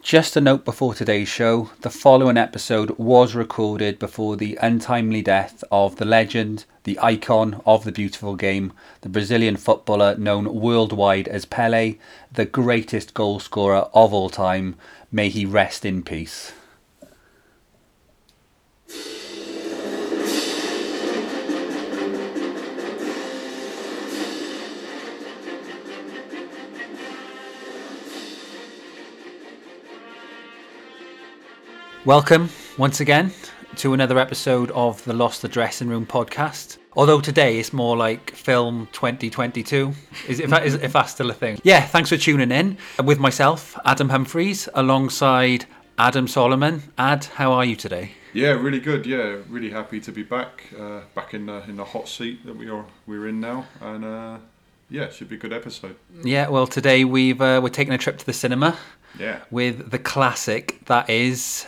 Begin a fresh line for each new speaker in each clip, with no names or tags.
Just a note before today's show the following episode was recorded before the untimely death of the legend, the icon of the beautiful game, the Brazilian footballer known worldwide as Pele, the greatest goalscorer of all time. May he rest in peace. Welcome once again to another episode of the Lost the Dressing Room podcast. Although today it's more like film 2022, is, if, that, is, if that's still a thing. Yeah, thanks for tuning in Uh, with myself, Adam Humphreys, alongside Adam Solomon. Ad, how are you today?
Yeah, really good. Yeah, really happy to be back, uh, back in the in the hot seat that we are we're in now, and uh, yeah, should be a good episode.
Yeah, well, today we've uh, we're taking a trip to the cinema
Yeah,
with the classic that is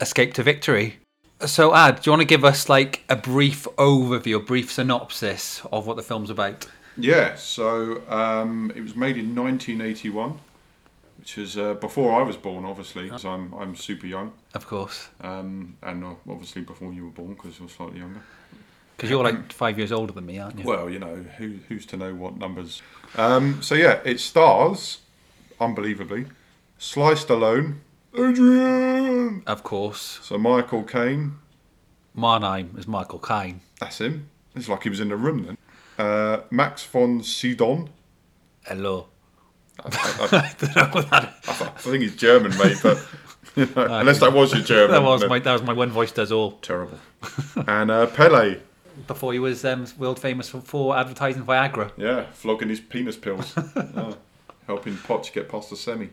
Escape to Victory. So, Ad, do you want to give us like a brief overview, a brief synopsis of what the film's about?
yeah. So um, it was made in 1981, which is uh, before I was born, obviously, 'cause I'm I'm super young,
Of course,
um, and uh, obviously before you were born because you're slightly younger.
because you're like five years older than me, aren't you?
Mm. Well, you know, who, who's to know what numbers? Um, so yeah, it stars, unbelievably, Sly Stallone, Adrian,
Of course,
so Michael Caine,
Marnheim is Michael Caine,
That's him. It's like he was in the room then. Uh, Max von Sydow.
Hello.
I,
I don't know what that.
Oh. I, I think he's German, mate. But you know, unless that was your German,
That was
then-
my that was my one voice does all.
terrible. and uh, Pele,
Before he was um, world famous for, for advertising Viagra.
yeah, flogging his penis pills, Yeah. helping Potts get past the semi.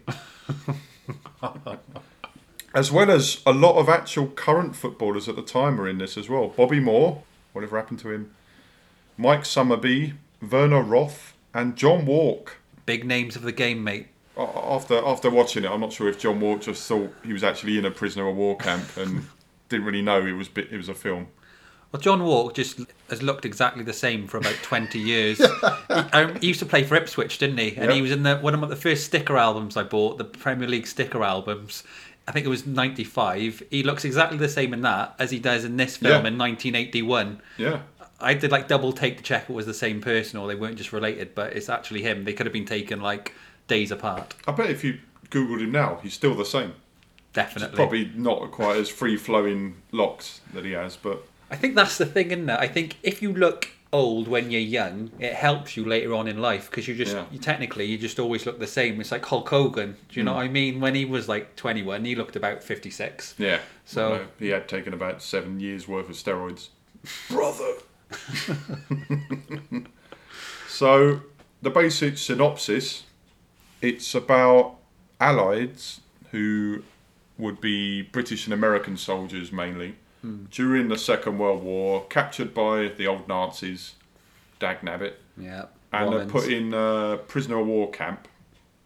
as well as a lot of actual current footballers at the time are in this as well. Bobby Moore, whatever happened to him? Mike Summerbee, Werner Roth, and John Walk.
Big names of the game, mate.
A- after after watching it, I'm not sure if John Walk just thought he was actually in a prisoner of war camp and didn't really know it was bi- it was a film.
Well, John Walk just has looked exactly the same for about 20 years. he, um, he used to play for Ipswich, didn't he? And he
Yep.
was in the one of the first sticker albums I bought, the Premier League sticker albums. I think it was 95. He looks exactly the same in that as he does in this film
Yeah.
in 1981.
Yeah,
I did like double take to check it was the same person or they weren't just related, but it's actually him. They could have been taken like days apart.
I bet if you googled him now, he's still the same.
Definitely.
Probably not quite as free flowing locks that he has, but
I think that's the thing, isn't it? I think if you look old when you're young, it helps you later on in life because you just
Yeah.
you technically you just always look the same. It's like Hulk Hogan. Do you
Mm.
know what I mean? When he was like 21, he looked about 56.
yeah.
So-
I don't know. he had taken about seven years worth of steroids, brother. so the basic synopsis it's about allies who would be British and American soldiers mainly during the Second World War, captured by the old Nazis, dag nabbit,
Yeah.
and they're
Rollins.
put in a prisoner of war camp.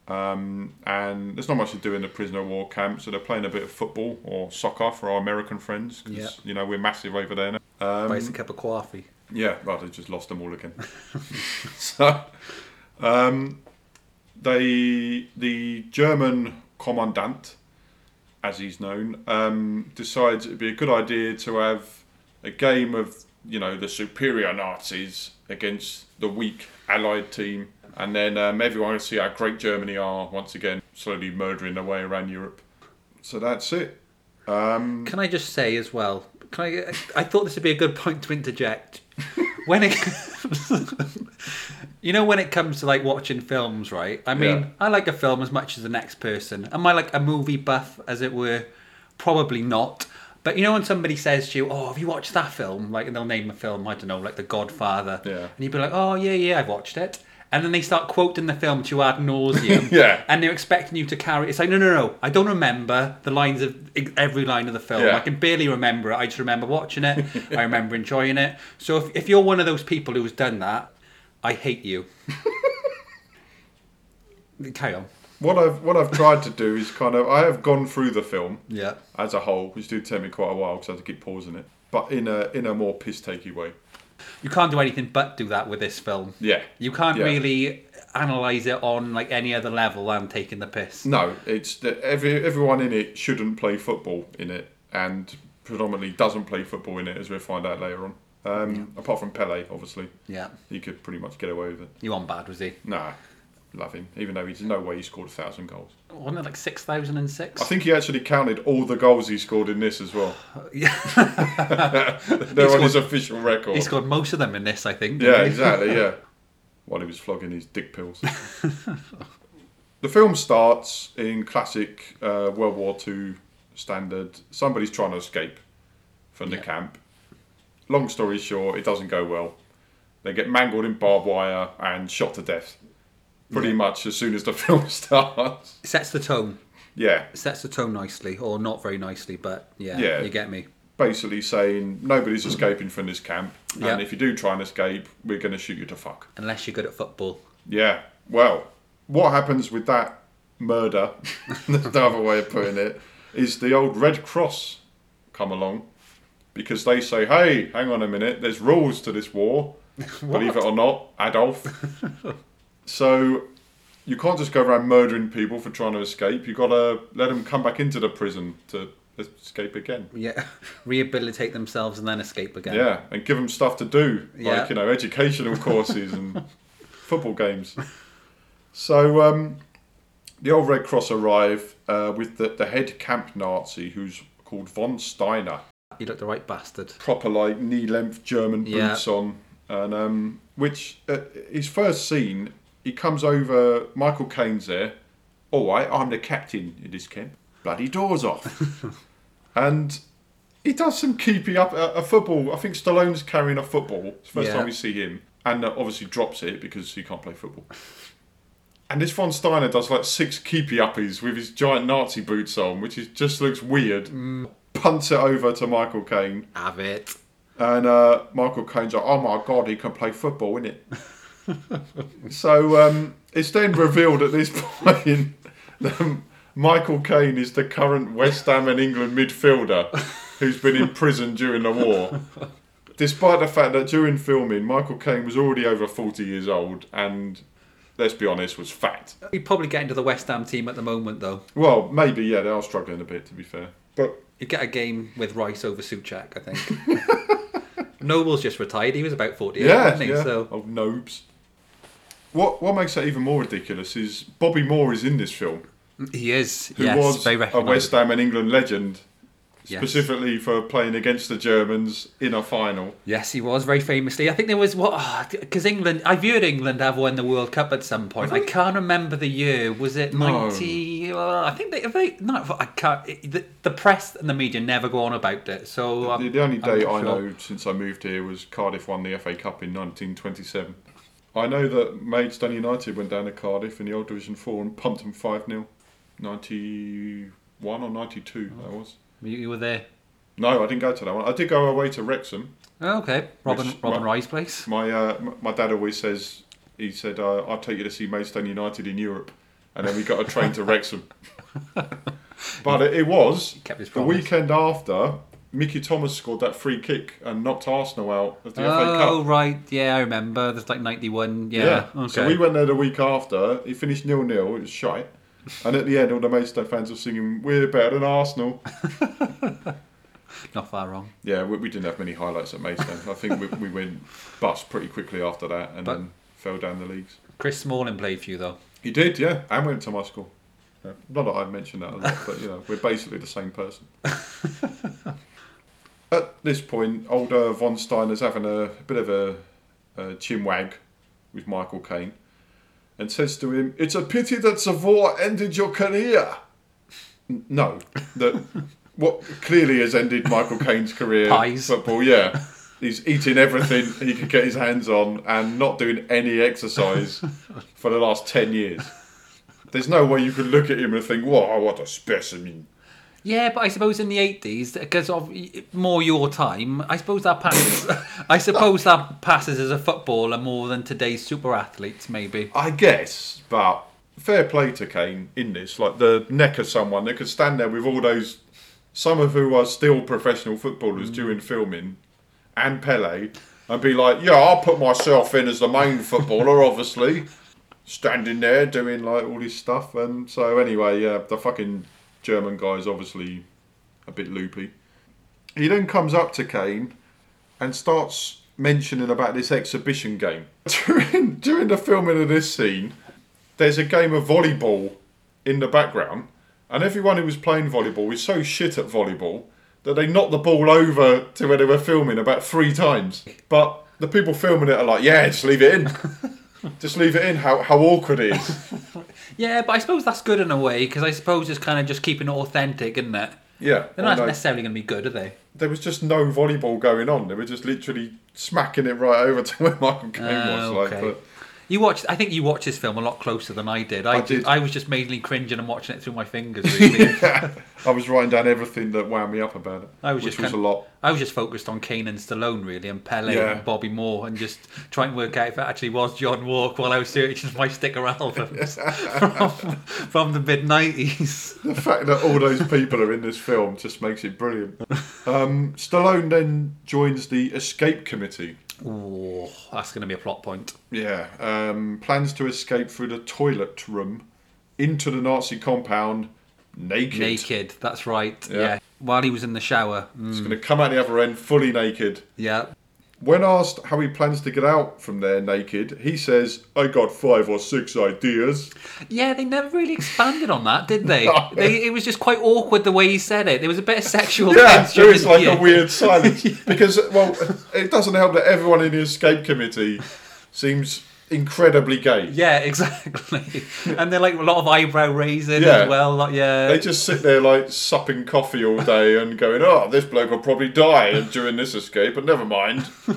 Um, and there's not much to do in the prisoner of war camp, so they're playing a bit of football or soccer for our American friends 'cause,
Yeah.
you know we're massive over there. Now.
buys a cup of coffee.
Yeah, well, they just lost them all again. so, um, they the German commandant, as he's known, um, decides it'd be a good idea to have a game of you know the superior Nazis against the weak Allied team, and then um, everyone will see how great Germany are once again, slowly murdering their way around Europe. So that's it. Um,
Can I just say as well? Can I? I thought this would be a good point to interject. When it, you know, when it comes to like watching films, right? I mean,
Yeah.
I like a film as much as the next person. Am I like a movie buff, as it were? Probably not. But you know, when somebody says to you, "Oh, have you watched that film?" Like, and they'll name a film. I don't know, like The Godfather.
Yeah.
And you'd be like, "Oh yeah, yeah, I've watched it." And then they start quoting the film to ad nauseum.
Yeah.
And they're expecting you to carry. It's like, no, no, no. I don't remember the lines of every line of the film.
Yeah.
I can barely remember it. I just remember watching it. I remember enjoying it. So if, if you're one of those people who's done that, I hate you. Carry on.
What I've what I've tried to do is kind of I have gone through the film.
Yeah.
as a whole, which did take me quite a while because I had to keep pausing it, but in a in a more piss takey way.
You can't do anything but do that with this film.
Yeah.
You can't
Yeah.
really analyze it on like any other level than taking the piss.
No, it's that every everyone in it shouldn't play football in it, and predominantly doesn't play football in it, as we'll find out later on. Um, Apart from Pele, obviously,
Yeah,
he could pretty much get away with it.
you on bad was he?
Nah, love him, even though he's no way he scored a thousand goals.
Wasn't it like six thousand and six?
I think he actually counted all the goals he scored in this as well.
Yeah,
They're on
scored-
his official record.
he scored most of them in this. I think.
Yeah,
didn't he?
exactly. Yeah, while he was flogging his dick pills. the film starts in classic uh, World War II standard. Somebody's trying to escape from the
Yeah.
camp. Long story short, it doesn't go well. They get mangled in barbed wire and shot to death. Pretty much as soon as the film starts.
Sets the tone.
Yeah,
Sets the tone nicely, or not very nicely, but yeah,
Yeah.
you get me.
basically saying nobody's escaping from this camp, and
Yeah.
if you do try and escape, we're going to shoot you to fuck.
Unless you're good at football.
Yeah. Well, what happens with that murder? the other way of putting it is the old Red Cross come along because they say, "Hey, hang on a minute. There's rules to this war. Believe it or not, Adolf." so you can't just go around murdering people for trying to escape. You got to let them come back into the prison to escape again.
Yeah, rehabilitate themselves and then escape again.
Yeah, and give them stuff to do, like
Yeah.
you know, educational courses and football games. So um, the old Red Cross arrive uh, with the, the head camp Nazi, who's called von Steiner,
you look the right bastard.
proper like knee-length German
Yeah.
boots on, and um, which uh, his first scene, he comes over. Michael Caine's there. All right, I'm the captain in this camp. Bloody doors off, and he does some keepy up uh, a, a football. I think Stallone's carrying a football. It's the first
Yeah.
time we see him, and uh, obviously drops it because he can't play football. And this von Steiner does like six keepy uppies with his giant Nazi boots on, which is, just looks weird.
Mm.
Punts it over to Michael Caine,
Have it.
and uh, Michael Caine's like, oh my god, he can play football, innit? so um, it's then revealed at this point that Michael Caine is the current West Ham and England midfielder who's been in prison during the war. Despite the fact that during filming, Michael Caine was already over 40 years old and, let's be honest, was fat.
He'd probably get into the West Ham team at the moment, though.
Well, maybe, yeah, they are struggling a bit, to be fair. But
You get a game with Rice over Suchak, I think. Noble's just retired. He was about 48,
Yeah,
wasn't he?
yeah.
So
Old Nobes. What what makes that even more ridiculous is Bobby Moore is in this film,
he is.
who
yes,
was
very
a West Ham and England legend,
Yes.
specifically for playing against the Germans in a final.
Yes, he was very famously. I think there was what because England. I've heard England have won the World Cup at some point. I can't remember the year. Was it
No.
ninety? Uh, I think they. if they no, I can't. it- the, the press and the media never go on about it. So um, I'm-
the, the only
I'm
date
not
I
sure.
know since I moved here was Cardiff won the FA Cup in 1927. I know that Maidstone United went down to Cardiff in the old Division 4 and pumped them 5 0. 91 or 92,
Oh.
that was.
You, you were there.
No, I didn't go to that one. I did go away to Wrexham.
Oh, okay, Robin
Which-
Robin
well-
Rye's place.
My uh, m- my dad always says he said uh, I'll take you to see Maidstone United in Europe, and then we got a train to Wrexham. but it, it was
kept his
the
promise.
weekend after. Mickey Thomas scored that free kick and knocked Arsenal out of the
Oh
FA Cup.
right, yeah, I remember. There's like ninety one. Yeah, okay.
So we went there the week after. It finished nil nil. It was shite. And at the end, all the Maidstone fans were singing, "We're better than Arsenal."
Not far wrong.
Yeah, we, we didn't have many highlights at Maidstone. I think we, we went bust pretty quickly after that, and
But-
then fell down the leagues.
Chris Smalling played for you though.
He did, yeah, and went to my school. Yeah. Not that I mentioned that a lot, but you know, we're basically the same person. At this point, older von Steiner's having a bit of a, a chin wag with Michael Caine and says to him, It's a pity that the war ended your career. N- No, that what clearly has ended Michael Caine's career
Pies.
football, yeah. He's eating everything he could get his hands on and not doing any exercise for the last 10 years. There's no way you could look at him and think, wow, what a specimen.
Yeah, but I suppose in the eighties, because of more your time, I suppose that passes. I suppose that passes as a footballer more than today's super athletes, maybe.
I guess, but fair play to Kane in this. Like the neck of someone that could stand there with all those, some of who are still professional footballers during filming, and Pele, and be like, yeah, I'll put myself in as the main footballer, obviously. standing there doing like all this stuff. And so anyway, yeah, the fucking German guy's obviously a bit loopy. He then comes up to Kane and starts mentioning about this exhibition game. during, during the filming of this scene, there's a game of volleyball in the background, and everyone who was playing volleyball was so shit at volleyball that they knocked the ball over to where they were filming about three times. But the people filming it are like, yeah, just leave it in. just leave it in, how, how awkward it is.
Yeah, but I suppose that's good in a way because I suppose it's kind of just keeping it authentic, isn't it?
Yeah.
They're not
although
necessarily going to be good, are they?
there was just no volleyball going on. They were just literally smacking it right over to where Michael Caine
Ah,
was. Like,
okay.
but
You watched. I think you watched this film a lot closer than I did. I,
I
ju-
did.
I was just mainly cringing and watching it through my fingers. Really.
I was writing down everything that wound me up about it,
I was
which
just
was
kind
a lot.
I was just focused on Kane and Stallone really, and Pele
Yeah.
and Bobby Moore, and just trying to work out if it actually was John Walk while I was searching my sticker albums from, from the mid nineties.
The fact that all those people are in this film just makes it brilliant. Um, Stallone then joins the escape committee.
Ooh, that's going to be a plot point.
Yeah, um, plans to escape through the toilet room into the Nazi compound naked.
Naked. That's right. Yeah.
Yeah.
While he was in the shower. Mm,
He's going to come out the other end fully naked.
yeah.
When asked how he plans to get out from there naked, he says, "I got five or six ideas."
Yeah, they never really expanded on that, did they?
No.
they it was just quite awkward the way he said it. There was a bit of sexual
Yeah,
tension.
there is like
yeah.
a weird silence because, well, it doesn't help that everyone in the escape committee seems incredibly gay.
Yeah, exactly. and they're like a lot of eyebrow raising
Yeah.
as well. Like, yeah.
They just sit there like supping coffee all day and going, "Oh, this bloke will probably die during this escape," but never mind.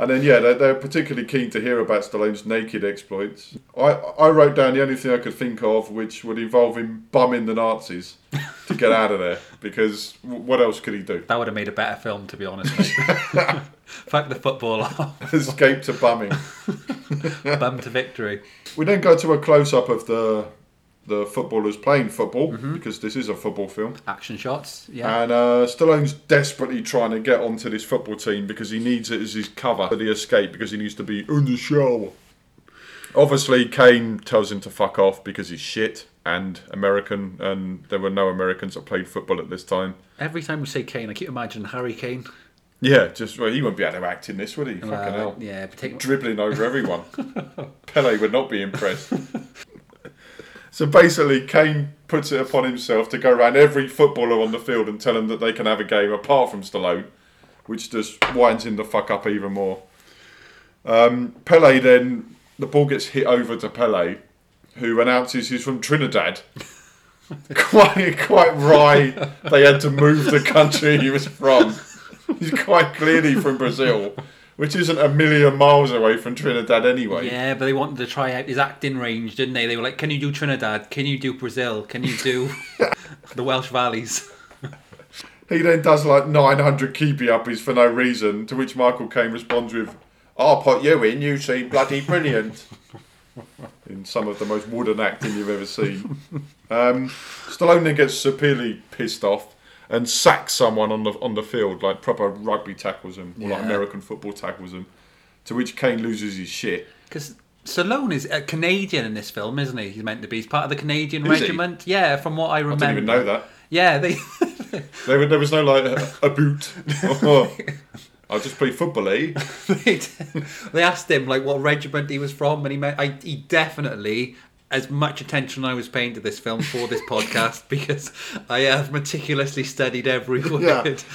And then yeah, they're, they're particularly keen to hear about Stallone's naked exploits. I, I wrote down the only thing I could think of which would involve him bumming the Nazis to get out of there because w- what else could he do?
That would have made a better film, to be honest. Mate. Fuck the football off.
Escape to bumming.
Bum to victory.
We then go to a close up of the the footballers playing football because this is a football film.
Action shots. Yeah.
And uh, Stallone's desperately trying to get onto this football team because he needs it as his cover for the escape because he needs to be in the show. Obviously, Kane tells him to fuck off because he's shit and American, and there were no Americans that played football at this time.
Every time we say Kane, I keep imagining Harry Kane.
Yeah, just well, he wouldn't be able to act in this, would he? Fucking
Uh,
hell.
yeah, particularly.
dribbling over everyone. Pele would not be impressed. so basically, Kane puts it upon himself to go around every footballer on the field and tell them that they can have a game apart from Stallone, which just winds him the fuck up even more. Um, Pele then, the ball gets hit over to Pele, who announces he's from Trinidad. quite, quite right. They had to move the country he was from. He's quite clearly from Brazil, which isn't a million miles away from Trinidad anyway.
Yeah, but they wanted to try out his acting range, didn't they? They were like, "Can you do Trinidad? Can you do Brazil? Can you do the Welsh valleys?"
He then does like 900 keepy uppies for no reason, to which Michael Caine responds with, I'll put you in, you seem bloody brilliant. in some of the most wooden acting you've ever seen. Um, Stallone then gets severely pissed off and sacks someone on the on the field, like proper rugby tackles him, or like
Yeah.
American football tackles him, to which Kane loses his shit.
Because Stallone is a Canadian in this film, isn't he? He's meant to be. He's part of the Canadian
Is he?
regiment. Yeah, from what I remember.
Didn't even know that.
Yeah, they.
There, were- there was no like a, a boot. or, I just play football, eh?
they they asked him like what regiment he was from, and he meant I, he definitely as much attention I was paying to this film for this podcast because I have meticulously studied every word.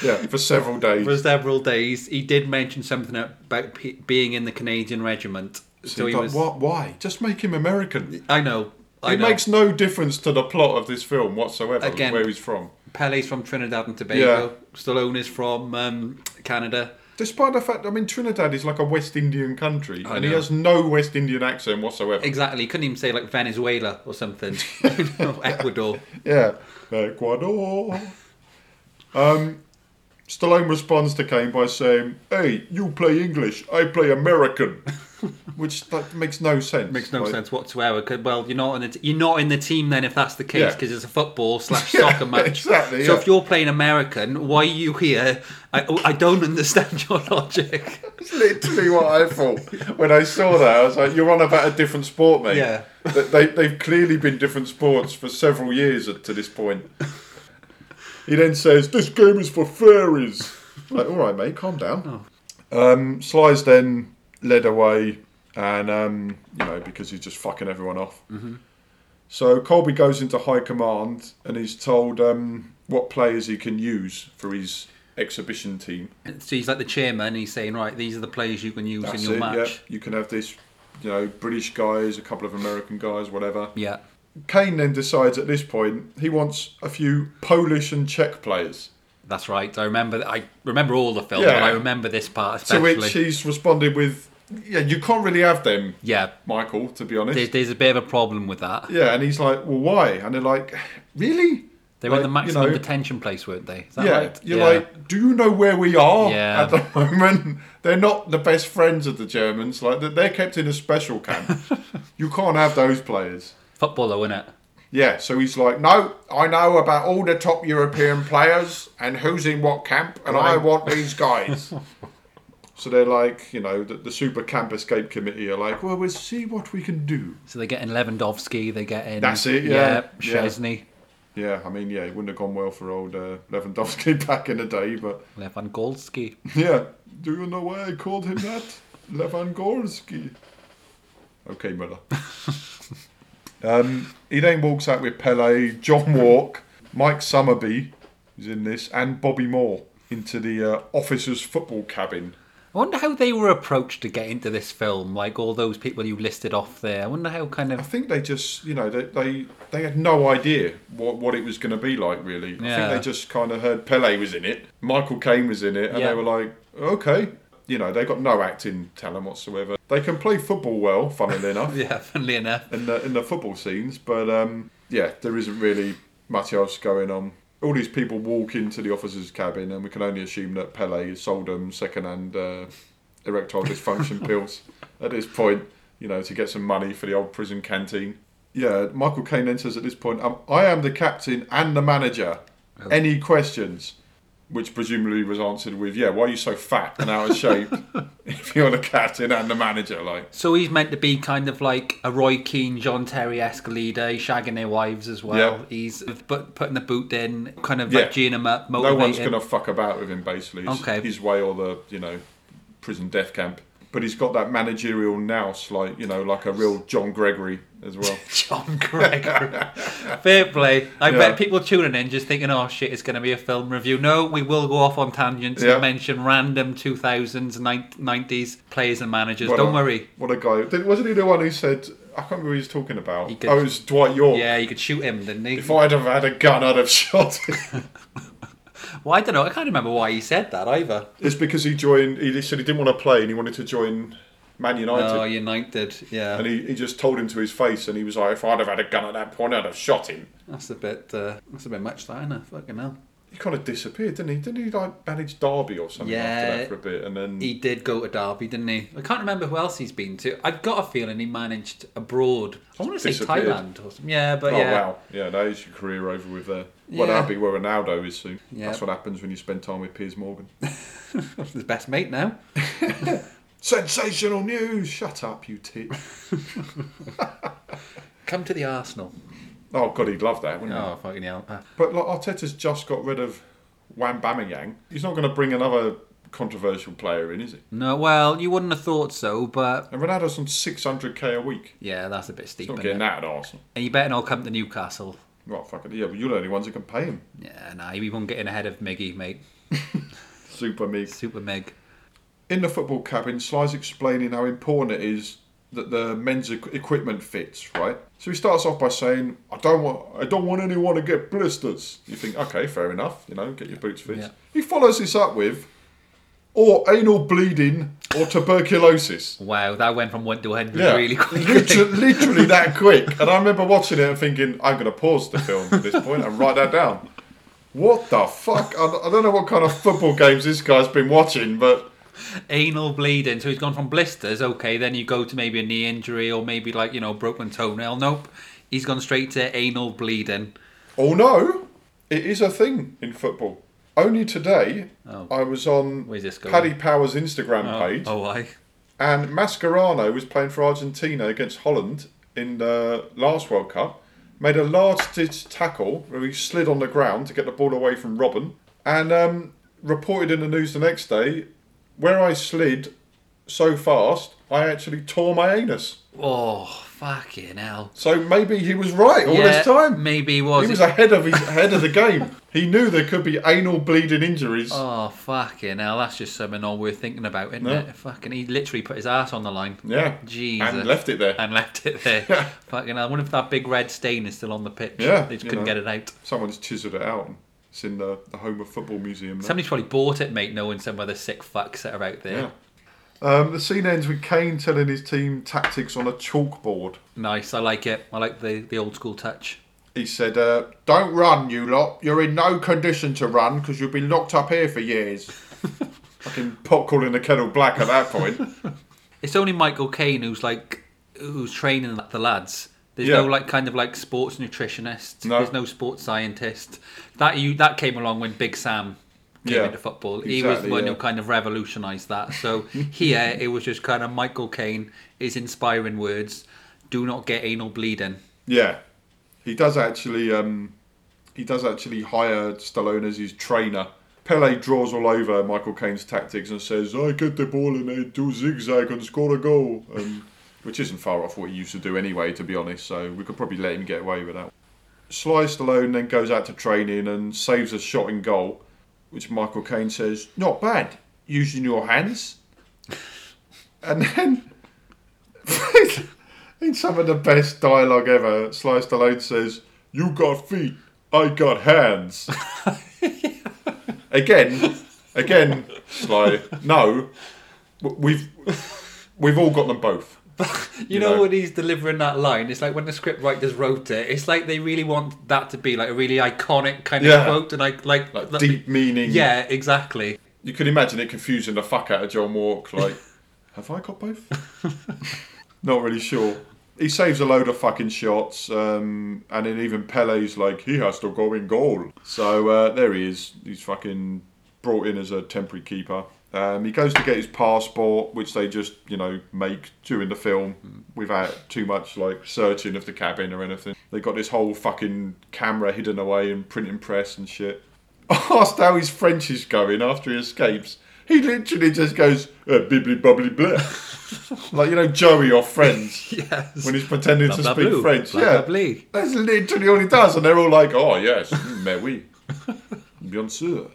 Yeah, yeah, for several days.
For several days, he did mention something about pe being in the Canadian regiment. So he
But
was.
what? Why? Just make him American.
I know. I
It
know.
makes no difference to the plot of this film whatsoever.
Again.
where he's from,
Pele's from Trinidad and Tobago. Stallone is from um, Canada.
despite the fact I mean Trinidad is like a West Indian country, and he
know.
has no West Indian accent whatsoever.
Exactly. Couldn't even say like Venezuela or something. You know, Ecuador.
yeah, Ecuador. um, Stallone responds to Kane by saying, "Hey, you play English, I play American," which that makes no sense.
Makes no
Like,
sense whatsoever. 'cause- well, you're not in the t- you're not in the team then if that's the case
Yeah.
because it's a football slash
Yeah,
soccer match.
exactly,
So
yeah.
if you're playing American, why are you here? I, oh, I don't understand your logic.
That's literally what I thought when I saw that. I was like, "You're on about a different sport, mate."
Yeah.
Th- They, they've clearly been different sports for several years at- to this point. He then says, "This game is for fairies." Like, all right, mate, calm down. Um, Sly's then led away, and um, you know because he's just fucking everyone off. So Colby goes into high command, and he's told um, what players he can use for his exhibition team.
So he's like the chairman. He's saying, right, these are the players you can use in your match.
Yeah, you can have this, you know, British guys, a couple of American guys, whatever.
Yeah.
Kane then decides at this point he wants a few Polish and Czech players.
that's right. I remember. I remember all the film,
Yeah.
but I remember this part
To
especially.
which he's responded with, "Yeah, you can't really have them,
yeah,
Michael. To be honest."
there's, there's a bit of a problem with that.
yeah, and he's like, "Well, why?" And they're like, "Really?"
They were in the
Like, you
maximum
know,
detention place, weren't they? Is that
Yeah,
right?
you're
Yeah.
like, do you know where we are
Yeah.
at the moment? They're not the best friends of the Germans. Like they're- they're kept in a special camp. you can't have those players.
football, though, innit?
Yeah, so he's like, no, I know about all the top European players and who's in what camp, and I want these guys. so they're like, you know, the, the Super Camp Escape Committee are like, well, we'll see what we can do.
So they're getting Lewandowski. They're getting
That's it, yeah,
yeah
yeah.
Chesney,
Yeah, I mean, yeah, it wouldn't have gone well for old uh, Lewandowski back in the day, but
Lewandowski.
yeah. Do you know why I called him that? Lewandowski. Okay, Muller. um, he then walks out with Pele, John Walk, Mike Summerby, who's in this, and Bobby Moore into the uh, officers' football cabin.
I wonder how they were approached to get into this film. Like all those people you listed off there. I wonder how kind
I
of
think they just, you know, they they, they had no idea what, what it was going to be like, really. I
Yeah.
think they just kind of heard Pele was in it, Michael Caine was in it, and
Yeah.
they were like, okay. You know, they got no acting talent whatsoever. They can play football well, funnily enough.
yeah, funnily enough.
in the in the football scenes, but um, yeah, there isn't really much else going on. All these people walk into the officers' cabin, and we can only assume that Pele sold them second-hand uh, erectile dysfunction pills at this point, you know, to get some money for the old prison canteen. Yeah, Michael Caine then says at this point, um, "I am the captain and the manager. Any questions?" Which presumably was answered with, "Yeah, why are you so fat and out of shape if you're the captain and the manager?" Like,
So he's meant to be kind of like a Roy Keane, John Terry esque leader. He's shagging their wives as well.
Yeah.
He's but putting the boot in, kind of
Yeah.
like geeing him up,
No
motivating.
one's going to fuck about with him, basically. He's,
Okay.
His way or the, you know, prison death camp. But he's got that managerial nous, like, you know, like a real John Gregory as well.
John Gregory. Fair play. I
Yeah.
bet people tuning in just thinking, oh shit, it's going to be a film review. No, we will go off on tangents
Yeah.
and mention random 2000s, nin- 90s players and managers.
What
Don't
a-
worry.
What a guy. Did- Wasn't he the one who said, I can't remember who he was talking about.
He could-
oh, it was Dwight York.
Yeah, you could shoot him, didn't he?
If I'd have had a gun, I'd have shot him.
Well, I don't know. I can't remember why he said that either.
it's because he joined, he said he didn't want to play and he wanted to join Man United.
Oh, United. Yeah.
And he, he just told him to his face and he was like, if I'd have had a gun at that point, I'd have shot him.
That's a bit. Uh, that's a bit much, that, isn't it? Fucking hell.
He kind of disappeared, didn't he? Didn't he like manage Derby or something after
Yeah.
that for a bit? And then
He did go to Derby, didn't he? I can't remember who else he's been to. I've got a feeling he managed abroad. I want to say
Disappeared.
Thailand or something. Yeah, but
Oh
yeah.
wow! Yeah, that is your career over with there.
Yeah.
Well, that'll be where Ronaldo is soon.
Yeah.
That's what happens when you spend time with Piers Morgan.
His best mate now.
Sensational news! Shut up, you tit!
Come to the Arsenal.
Oh god, he'd love that, wouldn't
Oh, fucking hell. Uh,
he? But like Arteta's just got rid of Wham Bamiyang. He's not going to bring another controversial player in, is he?
No, well, you wouldn't have thought so, but
And Ronaldo's on 600k a week.
yeah, that's a bit steep.
He's not
innit?
getting that at Arsenal.
And you better not come to Newcastle.
Well, fucking yeah, but you're the only ones that can pay him.
Yeah, nah, he won't get in ahead of Miggy, mate.
Super me.
Super Mig.
In the football cabin, Sly's explaining how important it is that the men's equ- equipment fits, right? So he starts off by saying, "I don't want, I don't want anyone to get blisters." You think, okay, fair enough, you know, get your boots fixed.
Yeah.
He follows this up with, "Or anal bleeding, or tuberculosis."
Wow, that went from one to hundred
Yeah,
really quickly.
literally, literally that quick. And I remember watching it and thinking, "I'm going to pause the film at this point and write that down." What the fuck? I, I don't know what kind of football games this guy's been watching, but
Anal bleeding. So he's gone from blisters. Okay, then you go to maybe a knee injury or maybe like you know broken toenail. Nope, he's gone straight to anal bleeding.
oh no, it is a thing in football. Only today,
Oh.
I was on
Where's this going?
Paddy Power's Instagram
Oh,
page,
oh why?
and Mascherano was playing for Argentina against Holland in the last World Cup. Made a large stitch tackle where he slid on the ground to get the ball away from Robin, and um, reported in the news the next day where I slid so fast I actually tore my anus.
Oh fucking hell!
So maybe he was right all this time.
maybe he was.
He was ahead of his ahead of the game. He knew there could be anal bleeding injuries.
Oh fucking hell! That's just something not worth thinking about, isn't
No.
it? Fucking, he literally put his ass on the line.
yeah.
Jesus.
And left it there.
And left it there. fucking, hell, I wonder if that big red stain is still on the pitch.
Yeah,
they just
you
couldn't
know.
get it out.
Someone's chiselled it out. It's in the, the Homer Football Museum. now.
Somebody's probably bought it, mate, knowing some other sick fucks that are out there.
Yeah. Um, the scene ends with Kane telling his team tactics on a chalkboard.
Nice, I like it. I like the the old school touch.
He said, uh, "Don't run, you lot. You're in no condition to run because you've been locked up here for years." Fucking pot calling the kettle black at that point.
It's only Michael Caine who's like who's training the lads. There's
Yeah.
no like kind of like sports nutritionist.
No.
There's no sports scientist. That you that came along when Big Sam came
Yeah,
into football. he was the
exactly,
one who
yeah.
kind of revolutionised that. So here it was just kind of Michael Caine. His inspiring words. Do not get anal bleeding.
Yeah, he does actually. Um, he does actually hire Stallone as his trainer. Pele draws all over Michael Caine's tactics and says, "I get the ball and I do zigzag and score a goal," um, which isn't far off what he used to do anyway, to be honest. So we could probably let him get away with that. Sly Stallone then goes out to training and saves a shot in goal, which Michael Caine says, "Not bad, using your hands." And then in some of the best dialogue ever, Sly Stallone says, "You got feet, I got hands." again, again, Sly. No, w- we've we've all got them both.
You,
You
know,
know.
when he's delivering that line, it's like when the script writers wrote it. It's like they really want that to be like a really iconic kind
Yeah.
of quote, and like like,
Like
that-
deep meaning.
Yeah, exactly.
you can imagine it confusing the fuck out of John Walk. Like, have I got both? Not really sure. He saves a load of fucking shots, um, and then even Pele's like, he has to go in goal. So uh, there he is. He's fucking brought in as a temporary keeper. Um, he goes to get his passport, which they just, you know, make during the film without too much like searching of the cabin or anything. They got this whole fucking camera hidden away and printing press and shit asked how his French is going after he escapes, he literally just goes, uh, bibbly bubbly blah. like, you know, Joey or Friends,
Yes.
when he's pretending to
Blah, blah,
speak
blue.
French.
Blah,
yeah.
blah, blee.
That's literally all he does, and they're all like, oh, yes, mm, mais oui. Bien sûr.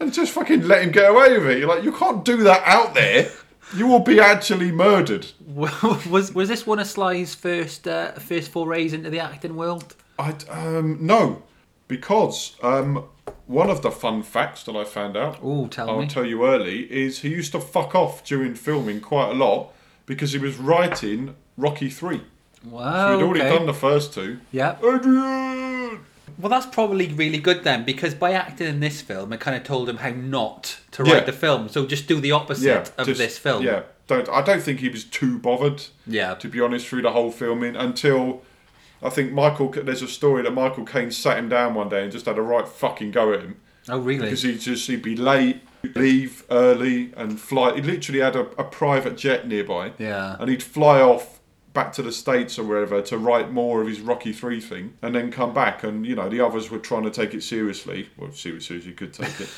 And just fucking let him get away with it. You're like, you can't do that out there. You will be actually murdered.
was was this one of Sly's first uh, first forays into the acting world?
I d- um, no, because um, one of the fun facts that I found out.
Ooh, tell
I'll
me.
tell you early is he used to fuck off during filming quite a lot because he was writing Rocky Three.
Wow.
So he'd already
Oh, okay.
done the first two.
Yeah.
Adrian.
Well, that's probably really good then, because by acting in this film, it kind of told him how not to write
Yeah.
the film. So just do the opposite
Yeah,
of
just-
this film.
Yeah, don't. I don't think he was too bothered.
Yeah.
to be honest, through the whole filming until I think Michael. There's a story that Michael Caine sat him down one day and just had a right fucking go at him.
Oh, really?
because he'd just he'd be late, leave early, and fly. He literally had a, a private jet nearby,
Yeah.
and he'd fly off back to the states or wherever to write more of his Rocky Three thing, and then come back. And you know the others were trying to take it seriously. Well, seriously as you could take it.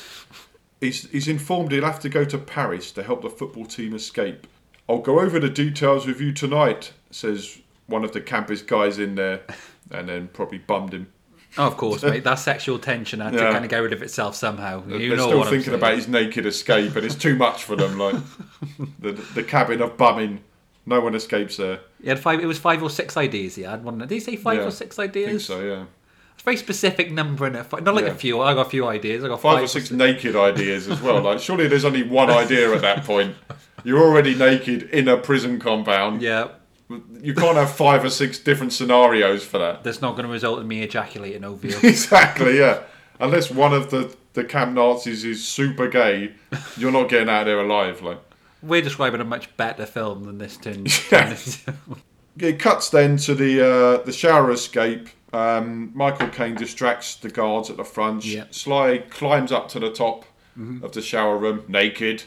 He's, he's informed he'll have to go to Paris to help the football team escape. I'll go over the details with you tonight, says one of the campus guys in there, and then probably bummed him.
Oh, of course, mate. That sexual tension had to
Yeah.
kind of get rid of itself somehow. You
They're
know
still
what
thinking
I'm saying.
about his naked escape, and it's too much for them. Like the the cabin of bumming, no one escapes there.
He had five. It was five or six ideas. He had one. Did he say five
Yeah,
or six
I think
ideas?
so, yeah.
It's a very specific number in it. Not like
Yeah.
a few. I got a few ideas. I got
Five or six naked ideas as well. Like surely there's only one idea at that point. You're already naked in a prison compound.
Yeah.
You can't have five or six different scenarios for that.
that's not going to result in me ejaculating over you.
Exactly, yeah. unless one of the the camp Nazis is super gay, you're not getting out of there alive. Like
We're describing a much better film than this tin.
Yeah. it cuts then to the uh, the shower escape. Um, Michael Caine distracts the guards at the front.
Yeah. Mm-hmm.
Sly climbs up to the top of the shower room naked.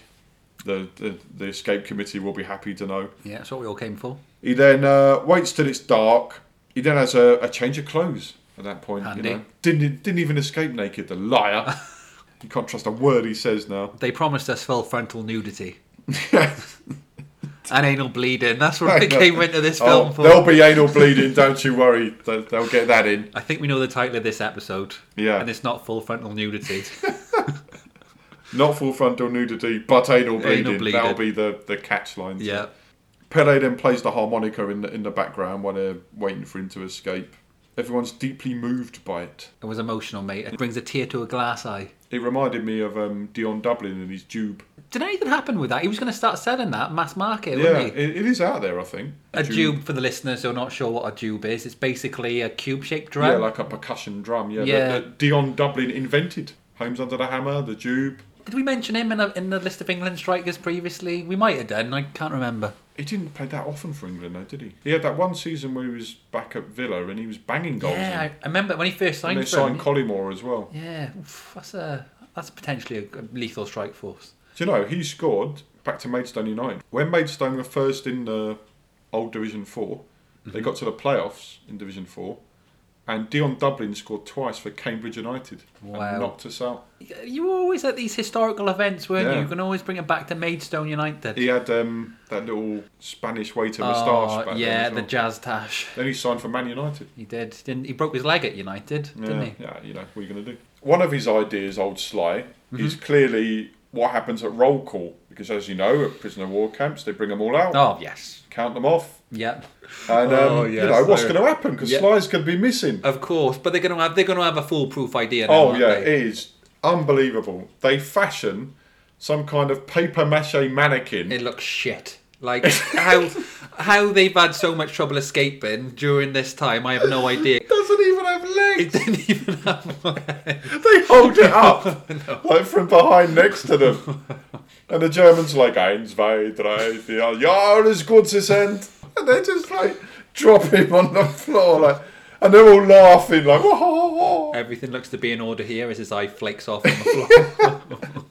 The, the the escape committee will be happy to know.
yeah, that's what we all came for.
He then uh, waits till it's dark. He then has a, a change of clothes at that point.
Handy.
You know. Didn't didn't even escape naked. The liar. you can't trust a word he says now.
They promised us full frontal nudity and anal bleeding. That's what I
know.
came into this film
Oh,
for.
there'll be anal bleeding. Don't you worry. They- They'll get that in.
I think we know the title of this episode.
Yeah.
And it's not full frontal nudity.
Not full frontal nudity, but anal bleeding.
bleeding.
That'll be the the catch line. to it.
yeah.
Pele then plays the harmonica in the, in the background while they're waiting for him to escape. Everyone's deeply moved by it.
It was emotional, mate. It brings a tear to a glass eye.
It reminded me of um, Dion Dublin and his tube.
Did anything happen with that? He was going to start selling that mass market,
Yeah,
wasn't he?
it, it is out there, I think.
A dube, for the listeners who are not sure what a dube is, it's basically a cube shaped drum.
Yeah, like a percussion drum. Yeah,
Yeah.
That, that Dion Dublin invented. Homes under the hammer, the tube.
Did we mention him in, a, in the list of England strikers previously? We might have done, I can't remember.
He didn't play that often for England, though, did he? He had that one season where he was back at Villa and he was banging goals.
yeah,
in.
I, I remember when he first
and
signed
they
for
signed
him.
Collymore as well.
yeah, oof, that's, a, that's potentially a, a lethal strike force.
Do you know he scored back to Maidstone United when Maidstone were first in the old Division 4
Mhm.
They got to the playoffs in Division Four, and Dion Dublin scored twice for Cambridge United
Wow.
and knocked us out.
You were always at these historical events, weren't you?
Yeah.
You can always bring it back to Maidstone United.
He had um, that little Spanish waiter
Oh,
moustache. back then
yeah,
as
the
well.
jazz tash.
then he signed for Man United.
He did. Didn't he broke his leg at United, didn't he?
Yeah, you know, what are you going to do? One of his ideas, old Sly,
Mm-hmm.
is clearly what happens at roll call. Because as you know, at prisoner of war camps, they bring them all out,
Oh yes.
count them off,
Yeah.
and um,
Oh, yes,
you know what's
I-
going to happen because
Yeah.
Sly's going to be missing.
Of course, but they're gonna have they're gonna have a foolproof idea. Now,
oh
aren't
yeah,
they?
it is unbelievable. They fashion some kind of paper mache mannequin.
it looks shit. Like how how they've had so much trouble escaping during this time, I have no idea.
doesn't even have
It
legs.
didn't even have
They hold it up like from behind next to them. And the Germans like eins, zwei, drei, vier, ja, alles gut zu end. And they just like drop him on the floor like and they're all laughing like "Whoa, whoa, whoa."
Everything looks to be in order here as his eye flakes off on the floor.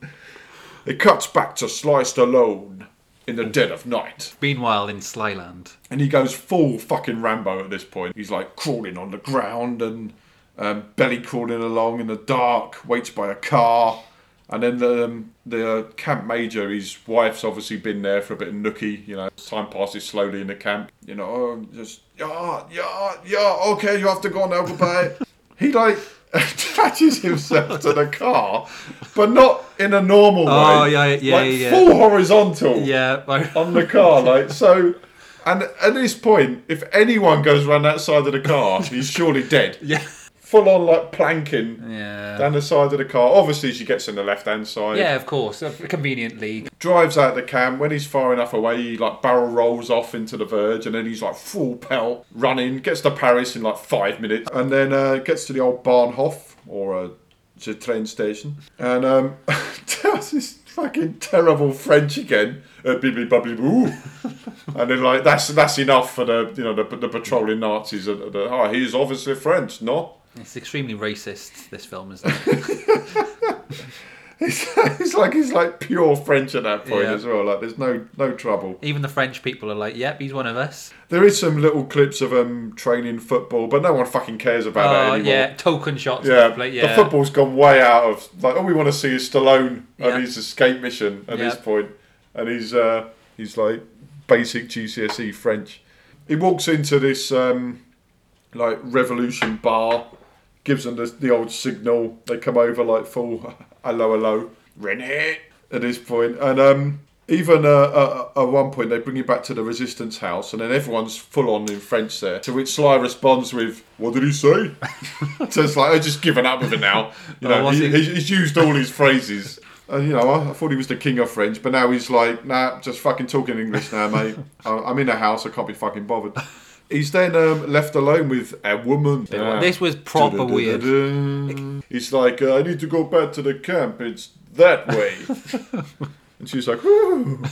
It cuts back to sliced alone in the dead of night.
Meanwhile in Slyland.
And he goes full fucking Rambo at this point. He's like crawling on the ground and um, belly crawling along in the dark, waits by a car. And then the, um, the camp major, his wife's obviously been there for a bit of nookie. You know, time passes slowly in the camp. You know, oh, just, yeah, yeah, yeah, okay, you have to go now, goodbye. he like attaches himself to the car, but not in a normal
Oh,
way.
yeah, yeah,
like,
yeah.
Full horizontal
Yeah, I-
on the car, like so. And at this point, if anyone goes round that side of the car, he's surely dead.
yeah.
Full on like planking
Yeah.
down the side of the car. Obviously, she gets in the left hand side.
Yeah, of course. uh, Conveniently.
Drives out the cam. When he's far enough away, he like barrel rolls off into the verge, and then he's like full pelt running. Gets to Paris in like five minutes, and then uh, gets to the old Bahnhof or uh, the train station, and um, does this fucking terrible French again. Uh, bibbly bubbly boo. And then like that's that's enough for the you know the, the patrolling Nazis. At the, oh, he's obviously French, no?
It's extremely racist, this film, isn't it?
It's, it's like he's like pure French at that point
Yeah.
as well. Like there's no no trouble.
Even the French people are like, yep, he's one of us.
There is some little clips of um training football, but no one fucking cares about that
Oh,
anymore.
yeah, token shots.
Yeah,
like,
the
yeah.
football's gone way out of like all we want to see is Stallone
Yeah.
and his escape mission at
Yeah.
this point, and he's uh, he's like basic GCSE E French. He walks into this um, like revolution bar, gives them the, the old signal. They come over like full hello hello René at this point, and um, even uh, uh, at one point they bring you back to the resistance house, and then everyone's full on in French there. To which Sly responds with, "What did he say?" so it's like I've just given up with it now. You
Oh,
know,
was
he,
he?
he's- he's used all his phrases. And you know, I, I thought he was the king of French, but now he's like, nah, just fucking talking English now, mate. I- I'm in a house, I can't be fucking bothered. He's then um, left alone with a woman.
This was proper weird.
weird. He's like, uh, I need to go back to the camp. It's that way. and she's like, "Ooh."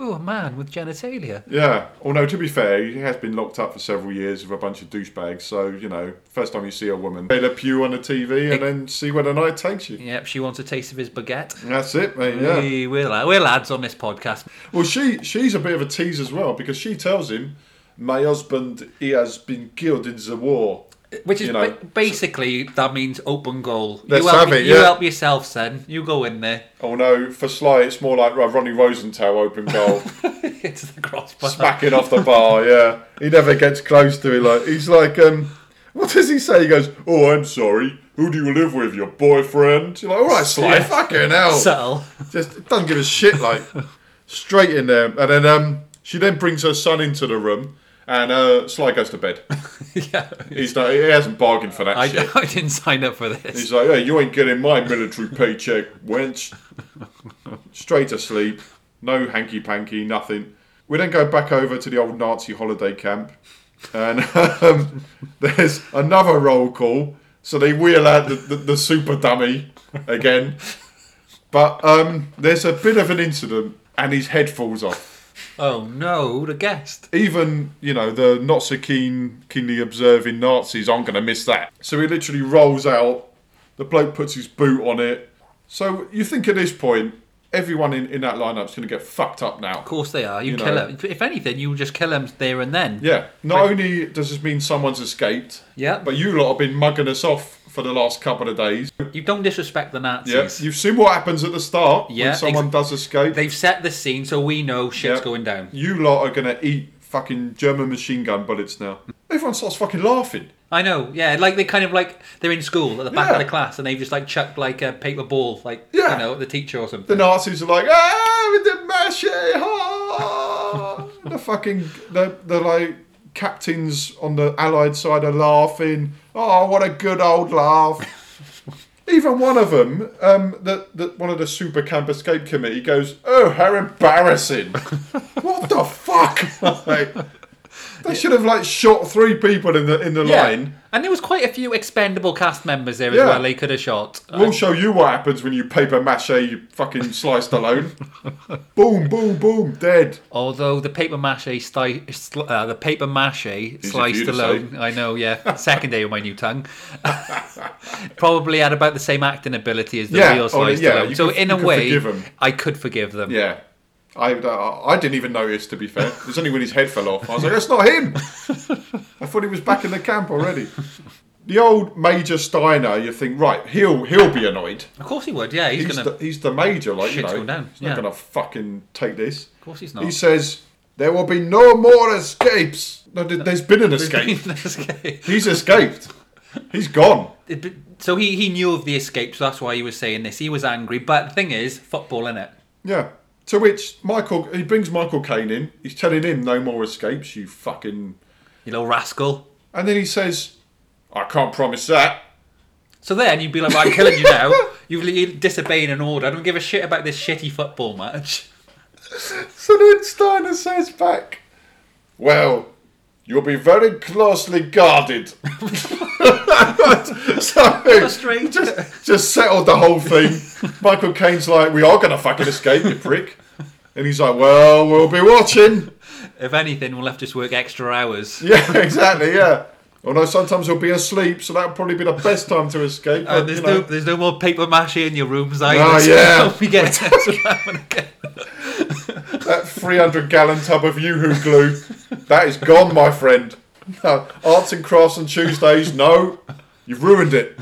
Oh, a man with genitalia.
yeah. Although, to be fair, he has been locked up for several years with a bunch of douchebags. So, you know, first time you see a woman, Taylor Pew on the TV and then see where the night takes you.
Yep, she wants a taste of his baguette.
That's it, mate. Yeah.
We, we're, la- we're lads on this podcast.
Well, she she's a bit of a tease as well because she tells him, "My husband, he has been killed in the war."
Which is
You know,
ba- basically, that means open goal.
Let's
you help,
have it,
you
yeah.
help yourself, son. You go in there.
Although Oh, for Sly, it's more like right, Ronnie Rosenthal open goal,
it's the crossbar.
smacking off the bar. Yeah, he never gets close to it. Like he's like, um, what does he say? He goes, "Oh, I'm sorry. Who do you live with? Your boyfriend?" You're like, "All right, Sly,
Yeah.
fucking hell."
Subtle.
just doesn't give a shit. Like straight in there, and then um, she then brings her son into the room, and uh, Sly goes to bed.
yeah.
He's not, he hasn't bargained for that
I,
shit.
I didn't sign up for this.
He's like, hey, you ain't getting my military paycheck, wench. Straight to sleep. No hanky panky, nothing. We then go back over to the old Nazi holiday camp, and um, there's another roll call. So they wheel out the, the, the super dummy again. But um, there's a bit of an incident, and his head falls off
oh no, the guest.
even you know the not so keen, keenly observing Nazis aren't going to miss that. So he literally rolls out. The bloke puts his boot on it. So you think at this point, everyone in, in that lineup's going to get fucked up now.
Of course they are. You,
You
kill
know.
them. If anything, you just kill them there and then.
Yeah. Not only does this mean someone's escaped,
Yeah.
but you lot have been mugging us off for the last couple of days.
You don't disrespect the Nazis.
Yeah. You've seen what happens at the start
Yeah,
when someone
ex-
does escape.
They've set the scene so we know shit's
Yeah.
going down.
you lot are going to eat fucking German machine gun bullets now. Everyone starts fucking laughing.
I know, yeah. Like they kind of like they're in school at the back
Yeah.
of the class and they've just like chucked like a paper ball, like
Yeah.
you know, at the teacher or something.
the Nazis are like, ah, we did mache, ha! the fucking, the, the like captains on the Allied side are laughing. Oh, what a good old laugh. Even one of them, um, the, the, one of the super camp escape committee goes, oh, how embarrassing. what the fuck? Like, they should have like shot three people in the in the
yeah.
line.
And there was quite a few expendable cast members there as
Yeah.
well. They could have shot. Uh,
We'll show you what happens when you paper mache you fucking sliced alone. boom, boom, boom, dead.
Although the paper mache sti- sl- uh, the paper mache
for you
sliced
to
alone, I know, yeah, second day with my new tongue, probably had about the same acting ability as the
Yeah,
real
oh,
sliced
yeah,
alone.
you
So
could-
in
you
a
could
way,
forgive 'em.
I could forgive them.
Yeah. I, I, I didn't even notice, to be fair. It was only when his head fell off. I was like, that's not him. I thought he was back in the camp already. The old Major Steiner, you think, right, he'll he'll be annoyed.
Of course he would. Yeah, he's,
He's,
gonna.
the, he's the major, like, you
Shit's
know.
gone down,
He's not
yeah.
going to fucking take this.
Of course he's not.
He says, there will be no more escapes. No, there- there's been an escape.
Escape.
he's escaped. He's gone.
It- but- so he, he knew of the escape, so that's why he was saying this. He was angry, but the thing is, football in it.
Yeah. To which Michael, he brings Michael Caine in. He's telling him no more escapes, you fucking.
You little rascal.
And then he says, I can't promise that.
So then you'd be like, well, I'm killing you now. You've you're disobeying an order. I don't give a shit about this shitty football match.
So then Steiner says back, Well, you'll be very closely guarded. so
Frustrating.
just, just settled the whole thing. Michael Caine's like, We are going to fucking escape, you prick. And he's like, Well, we'll be watching.
If anything, we'll have to just work extra hours.
Yeah, exactly, yeah. Although sometimes he'll be asleep, so that'll probably be the best time to escape.
Oh,
but,
there's
you know.
no, there's no more paper mache in your rooms either.
Oh,
so
yeah.
help me get it.
that 300 gallon tub of yoo-hoo glue that is gone my friend no, arts and crafts on tuesdays no you've ruined it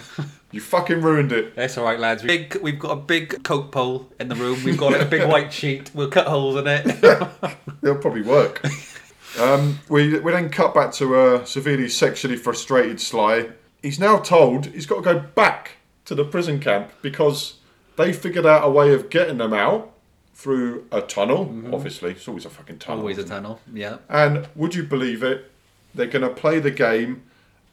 you fucking ruined it
That's all right, lads. Big, we've got a big coke pole in the room. We've got like, a big white sheet. We'll cut holes in it.
it'll probably work um, we, we then cut back to a severely sexually frustrated sly he's now told he's got to go back to the prison camp because they figured out a way of getting them out through a tunnel obviously it's always a fucking tunnel
Mm-hmm. Always a
isn't it?
tunnel. Yeah.
And would you believe it? They're going to play the game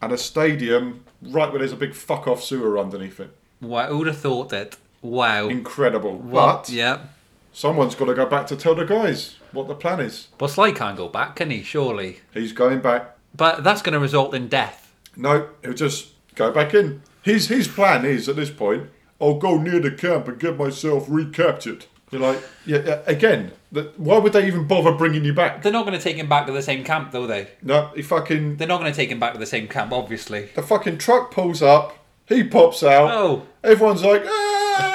at a stadium right where there's a big fuck off sewer underneath it.
Wow, who would have thought that? Wow.
Incredible.
What?
But
Yeah.
someone's got to go back to tell the guys what the plan is.
But Sly can't go back, can he? Surely.
He's going back.
But that's going to result in death.
No, he'll just go back in. His his plan is at this point, I'll go near the camp and get myself recaptured. You're like, yeah, yeah again. that- Why would they even bother bringing you back?
They're not going to take him back to the same camp, though. They
No, he fucking
they're not going to take him back to the same camp, obviously.
the fucking truck pulls up. He pops out.
Oh.
Everyone's like,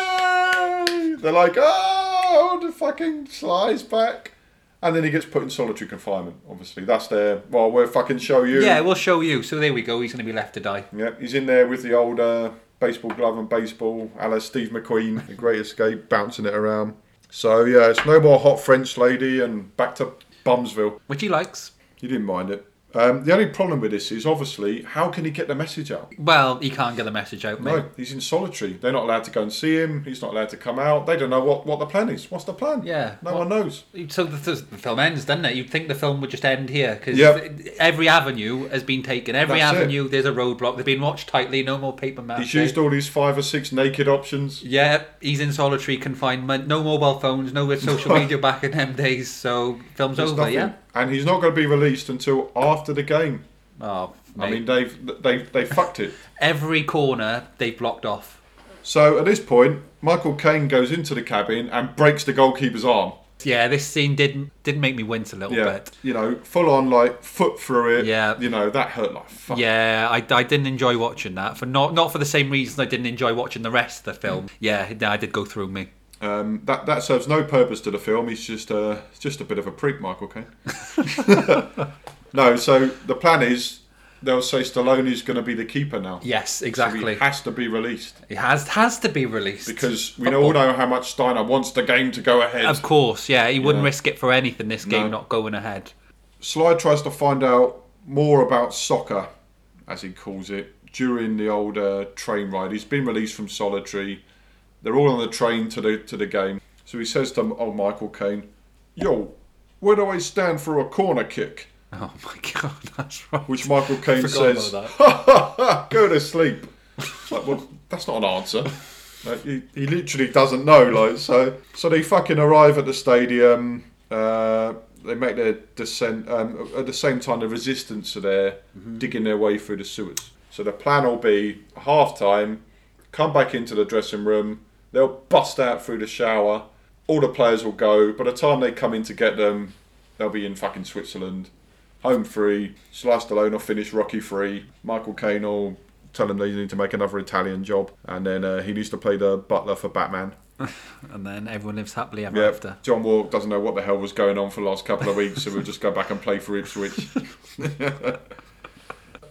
hey! they're like, oh, the fucking slides back. And then he gets put in solitary confinement. Obviously, that's their. Well, we'll fucking show you.
Yeah, we'll show you. So there we go. He's going to be left to die.
Yeah, he's in there with the old uh, baseball glove and baseball, a la Steve McQueen, the Great Escape, bouncing it around. So yeah, it's no more hot French lady and back to Bumsville.
which he likes.
You didn't mind it. Um, the only problem with this is obviously how can he get the message out?
Well, he can't get the message out, mate.
No, he's in solitary. They're not allowed to go and see him. He's not allowed to come out. They don't know what, what the plan is. What's the plan?
Yeah.
No
What-
one knows.
So the, the film ends, doesn't it? You'd think the film would just end here because
Yep.
every avenue has been taken. Every
That's it.
avenue, there's a roadblock. They've been watched tightly. No more paper mache.
He's used all these five or six naked options.
yeah, he's in solitary confinement. No mobile phones. No social media back in them days. So film's
There's
over.
nothing.
Yeah.
And he's not going to be released until after the game.
Oh, mate.
I mean, they've they've they fucked it.
every corner they've blocked off.
So at this point, Michael Caine goes into the cabin and breaks the goalkeeper's arm.
Yeah, this scene did did make me wince a little
Yeah,
bit.
you know, full on like foot through it.
Yeah.
you know that hurt like fuck.
Yeah, I, I didn't enjoy watching that for not not for the same reason I didn't enjoy watching the rest of the film.
Hmm.
Yeah, no, I did go through me.
Um, that that serves no purpose to the film. He's just a just a bit of a prick, Michael Caine. no, so the plan is they'll say Stallone is going to be the keeper now.
Yes,
So he
exactly.
has to be released
it has has to be released
because we all know how much Steiner wants the game to go ahead.
Of course, yeah, he wouldn't
Yeah.
risk it for anything. This game
No.
not going ahead.
Sly tries to find out more about soccer, as he calls it, during the old uh, train ride. He's been released from solitary. They're all on the train to the to the game. So he says to old Michael Caine, "Yo, where do I stand for a corner kick?"
Oh my god, that's right.
Which Michael Caine
Forgot
says,
about
"Ha ha ha, go to sleep." It's like, well, that's not an answer. Like, he, he literally doesn't know. Like, so so they fucking arrive at the stadium. Uh, they make their descent. Um, at the same time, the resistance are there,
Mm-hmm.
digging their way through the sewers. So the plan will be half time, come back into the dressing room. They'll bust out through the shower. All the players will go. By the time they come in to get them, they'll be in fucking Switzerland. Home free. Sly Stallone will finish Rocky free. Michael Caine will tell him they need to make another Italian job. And then uh, he needs to play the butler for Batman.
and then everyone lives happily ever
Yeah,
after.
John Walk doesn't know what the hell was going on for the last couple of weeks, so we'll just go back and play for Ipswich.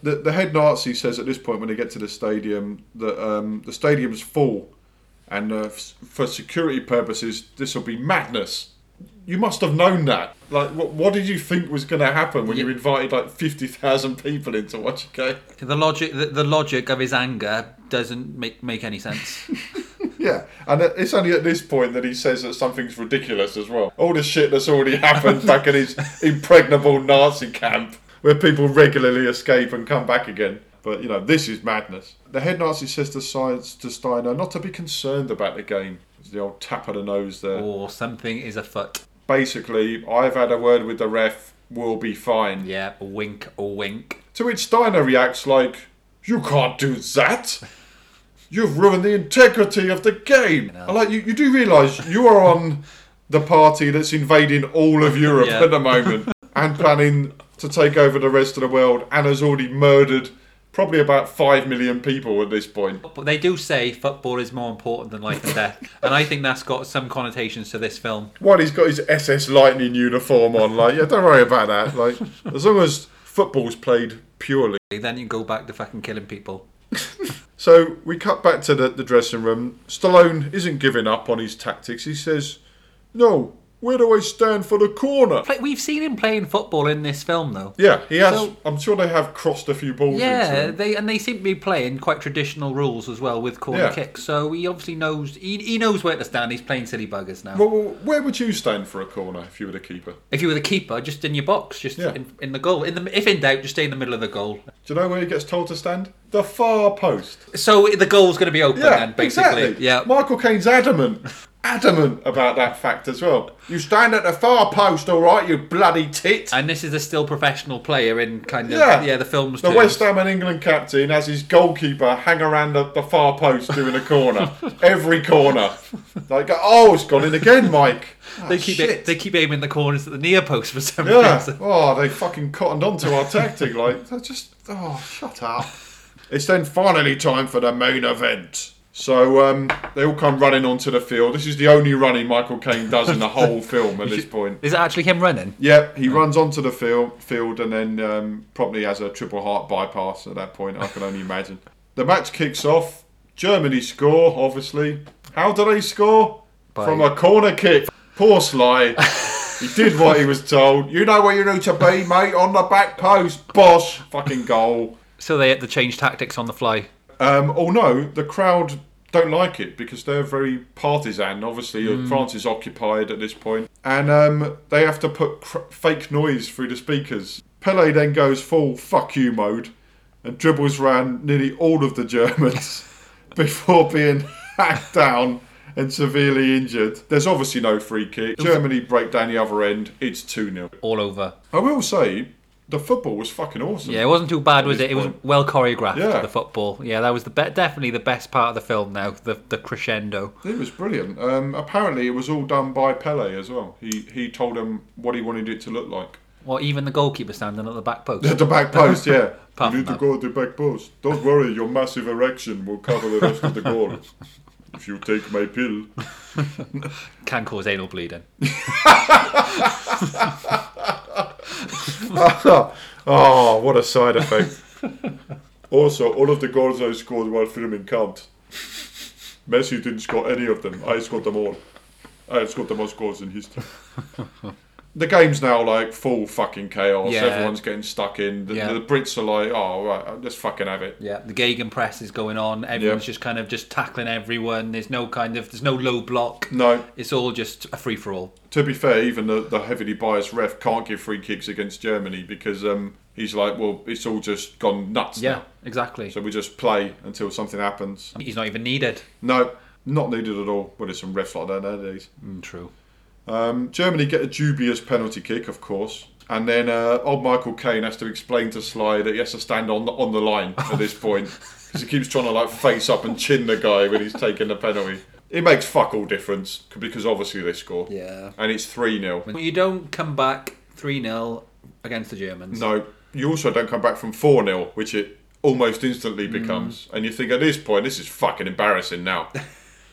the, the head Nazi says at this point, when they get to the stadium, that um, the stadium's full, and uh, f- for security purposes, this will be madness. You must have known that. Like, what, what did you think was going to happen when you
Yeah.
invited like fifty thousand people in to watch a game?
The logic the, the logic of his anger doesn't make make any sense.
Yeah, and it- it's only at this point that he says that something's ridiculous as well. All the shit that's already happened back in his impregnable Nazi camp, where people regularly escape and come back again. But you know, this is madness. The head Nazi says to, Science, to Steiner not to be concerned about the game. It's the old tap of the nose there.
or something is afoot.
Basically, I've had a word with the ref. We'll be fine.
Yeah, a wink, a wink.
To which Steiner reacts like, "You can't do that. You've ruined the integrity of the game." I like you. You do realise you are on the party that's invading all of Europe
Yeah.
at the moment and planning to take over the rest of the world, and has already murdered probably about five million people at this point.
But they do say football is more important than life and death, and I think that's got some connotations to this film.
One, he's got his SS Lightning uniform on. Like, yeah, don't worry about that. Like, as long as football's played purely.
Then you go back to fucking killing people.
So we cut back to the, the dressing room. Stallone isn't giving up on his tactics. He says, No, where do I stand for the corner?
Play, we've seen him playing football in this film, though.
Yeah, he has.
So-
I'm sure they have crossed a few balls. into
Yeah,
him.
they and they seem to be playing quite traditional rules as well with corner
Yeah.
kicks. So he obviously knows he, he knows where to stand. He's playing silly buggers now.
Well, well, where would you stand for a corner if you were the keeper?
if you were the keeper, just in your box, just
Yeah.
in, in the goal. In the if in doubt, just stay in the middle of the goal.
Do you know where he gets told to stand? The far post.
So the goal's going to be open
Yeah,
then, basically.
exactly.
Yeah.
Michael Caine's adamant. adamant about that fact as well. You stand at the far post, all right, you bloody tit.
And this is a still professional player in kind of yeah,
Yeah.
the films.
The
terms.
West Ham and England captain has his goalkeeper hang around the, the far post doing a corner, every corner. Like, oh, it's gone in again, Mike. Ah,
they keep
shit.
it, they keep aiming the corners at the near post for some
Yeah.
reason.
Oh, they fucking cottoned onto our tactic. Like, they're just. Oh, shut up. It's then finally time for the main event. So um, they all come running onto the field. This is the only running Michael Caine does in the whole film at this point.
Is it actually him running?
Yep, he runs onto the field, field and then um, probably has a triple heart bypass at that point. I can only imagine. The match kicks off. Germany score, obviously. How do they score?
By-
From a corner kick. Poor Sly. he did what he was told. You know where you need to be, mate. On the back post. Bosh. Fucking goal.
So they had to change tactics on the fly.
Um, although the crowd don't like it because they're very partisan. Obviously, uh, France is occupied at this point, and um, they have to put cr- fake noise through the speakers. Pele then goes full "fuck you" mode and dribbles round nearly all of the Germans before being hacked down and severely injured. There's obviously no free kick. Germany break down the other end. It's two 0
All over.
I will say the football was fucking awesome.
Yeah, it wasn't too bad, was
this
it? It was
point.
well choreographed.
Yeah.
The football. Yeah, that was the be- definitely the best part of the film. Now the the crescendo.
It was brilliant. Um, apparently, it was all done by Pele as well. He he told him what he wanted it to look like.
Well, even the goalkeeper standing at the back post.
At the back post, yeah.
Apart
you
from
need to
that.
go at the back post. Don't worry, your massive erection will cover the rest of the goal. If you take my pill.
Can cause anal bleeding.
oh, what a side effect. also, all of the goals I scored while filming count. Messi didn't score any of them. I scored them all. I scored the most goals in history. the game's now like full fucking chaos.
Yeah.
Everyone's getting stuck in. The,
Yeah.
the Brits are like, oh, right, let's fucking have it.
Yeah, the Gagan press is going on. Everyone's
Yep.
just kind of just tackling everyone. There's no kind of there's no low block.
No,
It's all just a free for all.
to be fair, even the, the heavily biased ref can't give free kicks against Germany because um, he's like, well, it's all just gone nuts
Yeah,
now.
exactly.
So we just play until something happens.
He's not even needed.
No, not needed at all. Well, there's some refs like that nowadays.
Mm, true.
Um, Germany get a dubious penalty kick, of course, and then uh, old Michael Caine has to explain to Sly that he has to stand on the, on the line at this point because he keeps trying to like face up and chin the guy when he's taking the penalty. It makes fuck all difference c- because obviously they score.
Yeah.
And it's 3 0.
You don't come back three 0 against the Germans.
No, you also don't come back from 4 0, which it almost instantly becomes. And you think at this point, this is fucking embarrassing now.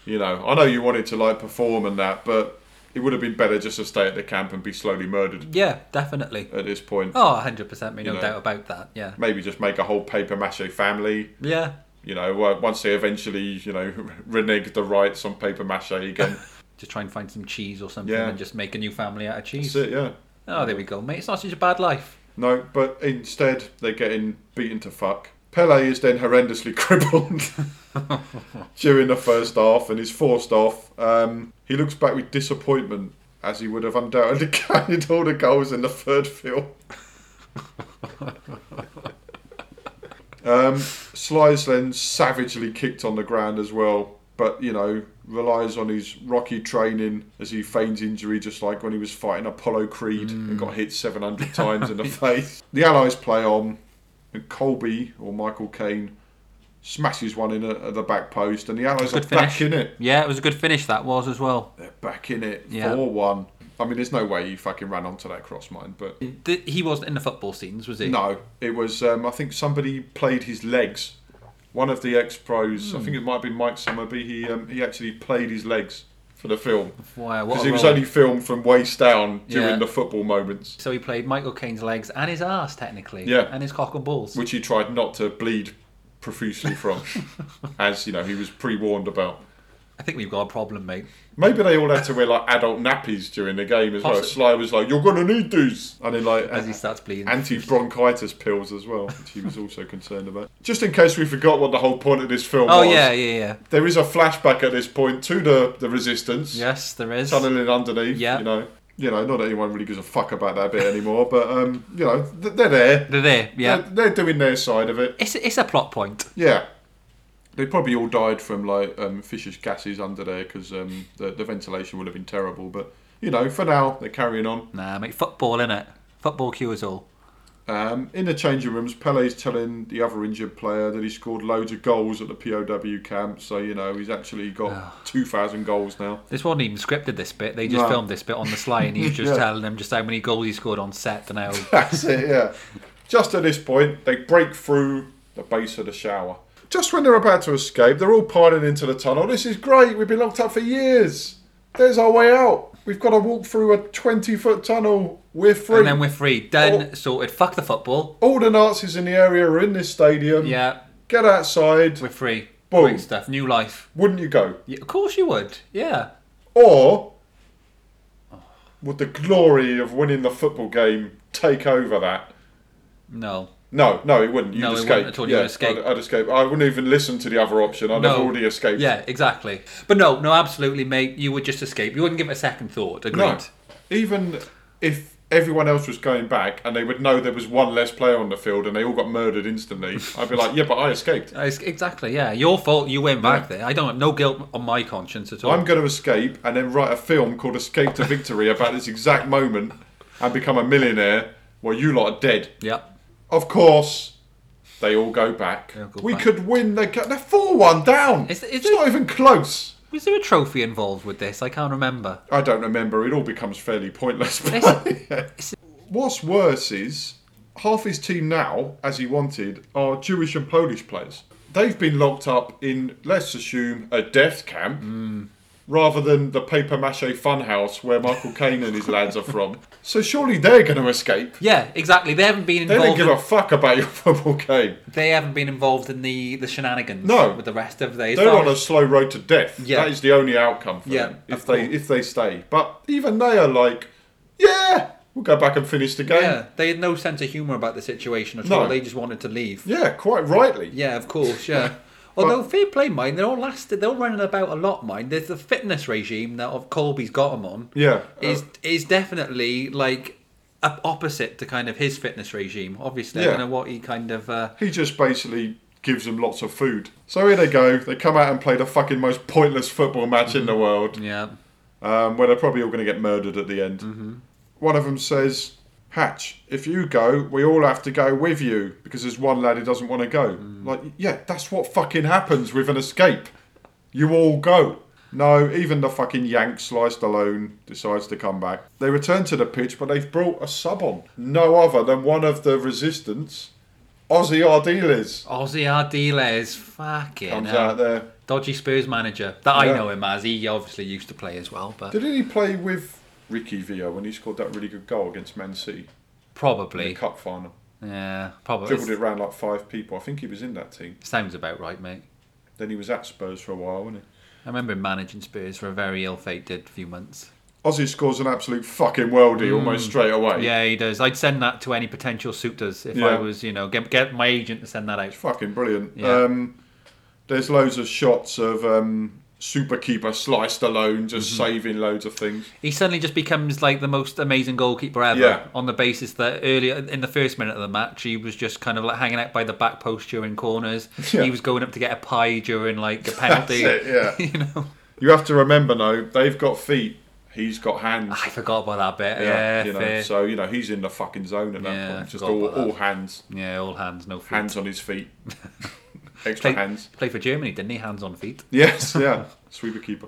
you know, I know you wanted to like perform and that, but it would have been better just to stay at the camp and be slowly murdered
Yeah, definitely.
at this point.
Oh, 100%, me no
know.
doubt about that. Yeah.
Maybe just make a whole paper mache family.
Yeah.
You know, wo- once they eventually, you know, renege the rights on paper mache again.
Just try and find some cheese or something
Yeah.
and just make a new family out of
That's
cheese.
it, yeah.
Oh, there we go, mate. It's not such a bad life.
No, but instead they're getting beaten to fuck. Pele is then horrendously crippled during the first half and is forced off. Um, he looks back with disappointment as he would have undoubtedly counted all the goals in the third field. um, Sly's then savagely kicked on the ground as well, but you know relies on his rocky training as he feigns injury, just like when he was fighting Apollo Creed
Mm.
and got hit 700 times in the face. The Allies play on, and Colby or Michael Caine smashes one in at at the back post, and the Allies are
Good finish.
back in it.
Yeah, it was a good finish, that was as well.
They're back in it.
Yeah.
4 1. I mean, there's no way he fucking ran onto that cross mine, but
Th- He wasn't in the football scenes, was he?
no, it was, um, I think somebody played his legs. One of the ex pros, I think it might be Mike Summerby, he, um, he actually played his legs for the film.
Wow, what
Because
a
it was
role.
only filmed from waist down during
Yeah.
the football moments,
So he played Michael Caine's legs and his ass, technically.
Yeah.
And his cock and balls.
which he tried not to bleed profusely from, as, you know, he was pre warned about.
I think we've got a problem, mate.
Maybe they all had to wear like adult nappies during the game as well.
Possi-
Sly was like, "You're gonna need these," and then like
As he starts bleeding.
anti-bronchitis pills as well, which he was also concerned about. Just in case we forgot what the whole point of this film
oh,
was.
yeah, yeah, yeah.
There is a flashback at this point to the the resistance
Yes, there is.
tunneling underneath.
Yeah.
You know, you know, not that anyone really gives a fuck about that bit anymore, but um, you know, th- they're there.
They're there, yeah.
They're, they're doing their side of it.
It's, it's a plot point.
Yeah. They probably all died from like um, fissure gases under there because um, the, the ventilation would have been terrible. But you know, for now they're carrying on.
Nah, mate, football, innit? Football cures all.
Um, in the changing rooms, Pele's telling the other injured player that he scored loads of goals at the POW camp. So you know he's actually got two thousand goals now.
This wasn't even scripted, this bit. They just
No.
filmed this bit on the sly and he was just
Yeah.
telling them just how many goals he scored on set and how.
That's it, yeah. Just at this point, they break through the base of the shower. Just when they're about to escape, they're all piling into the tunnel. This is great. We've been locked up for years. There's our way out. We've got to walk through a 20 foot tunnel. We're free.
and then we're free. Done,
Oh.
sorted. Fuck the football.
all the Nazis in the area are in this stadium.
Yeah,
Get outside.
we're free.
Mm. Boom.
Great stuff. New life.
Wouldn't you go?
Yeah, of course you would. Yeah.
Or would the glory of winning the football game take over that?
No.
No, no, it wouldn't. You'd
No, it
escape.
wouldn't at all. You'd
Yeah,
escape.
I'd, I'd escape. I wouldn't even listen to the other option. I'd have
No.
already escaped.
Yeah, exactly. But no, no, absolutely, mate. You would just escape. You wouldn't give it a second thought. Agreed.
No. Even if everyone else was going back and they would know there was one less player on the field and they all got murdered instantly, I'd be like, yeah, but I escaped.
Uh, it's- Exactly. Yeah, your fault. You went back there. I don't have no guilt on my conscience at all.
I'm going to escape and then write a film called Escape to Victory about this exact moment and become a millionaire while you lot are dead.
yeah.
Of course, they all go back.
all go
we
back.
could win. They go, they're 4 1 down.
Is- is
it's
it-
not even close.
Was there a trophy involved with this? I can't remember.
I don't remember. It all becomes fairly pointless.
It's-
What's worse is half his team now, as he wanted, are Jewish and Polish players. They've been locked up in, let's assume, a death camp
Hmm.
rather than the paper mache funhouse where Michael Caine and his lads are from. So surely they're going to escape.
Yeah, exactly. They haven't been
They don't
involved.
give a fuck about your football game.
they haven't been involved in the the shenanigans.
No.
with the rest of the.
They're on a slow road to death.
Yeah.
That is the only outcome for
Yeah,
them
of
if they
course.
if they stay. But even they are like, yeah, we'll go back and finish the game.
yeah, they had no sense of humour about the situation at
No.
all. They just wanted to leave.
Yeah, quite rightly.
Yeah, of course. Yeah. Although fair play, mind they're all lasted. They're all running about a lot, mind. There's the fitness regime that of Colby's got them on.
Yeah,
is
uh,
is definitely like a, opposite to kind of his fitness regime. Obviously, I
Yeah.
don't know what he kind of. Uh,
He just basically gives them lots of food. So here they go. They come out and play the fucking most pointless football match in the world,
yeah,
um, where they're probably all going to get murdered at the end. One of them says, Hatch, if you go, we all have to go with you because there's one lad who doesn't want to go. Like, yeah, that's what fucking happens with an escape. You all go. No, even the fucking Yank sliced alone decides to come back. They return to the pitch, but they've brought a sub on. No other than one of the resistance, Aussie Ardiles.
Aussie Ardiles, fucking
comes
hell.
out there.
dodgy Spurs manager that I
Yeah.
know him as. He obviously used to play as well, but
Didn't he play with Ricky Villa when he scored that really good goal against Man City in the
probably,
cup final?
yeah, probably
Dribbled it around like five people. I think he was in that team.
sounds about right, mate.
Then he was at Spurs for a while, wasn't he?
I remember him managing Spurs for a very ill-fated few months.
Ozzy scores an absolute fucking worldie almost straight away.
Hmm. Yeah, he does. I'd send that to any potential suitors if I
Yeah.
was, you know, get, get my agent to send that out.
It's fucking brilliant.
Yeah.
Um, there's loads of shots of um, Superkeeper sliced alone, just
Mm-hmm.
saving loads of things.
He suddenly just becomes like the most amazing goalkeeper ever
Yeah.
on the basis that earlier in the first minute of the match he was just kind of like hanging out by the back post during corners.
Yeah.
He was going up to get a pie during like a penalty.
That's it, yeah.
you know.
You have to remember, though, they've got feet, he's got hands.
I forgot about that bit. Yeah,
you know,
fair.
so you know he's in the fucking zone at that
Yeah,
point. Just
forgot
all,
about that.
all hands.
yeah, all hands, no feet.
hands on his feet. Extra
Play-
hands.
Played for Germany, didn't he? Hands on feet.
Yes, yeah. Sweeper keeper.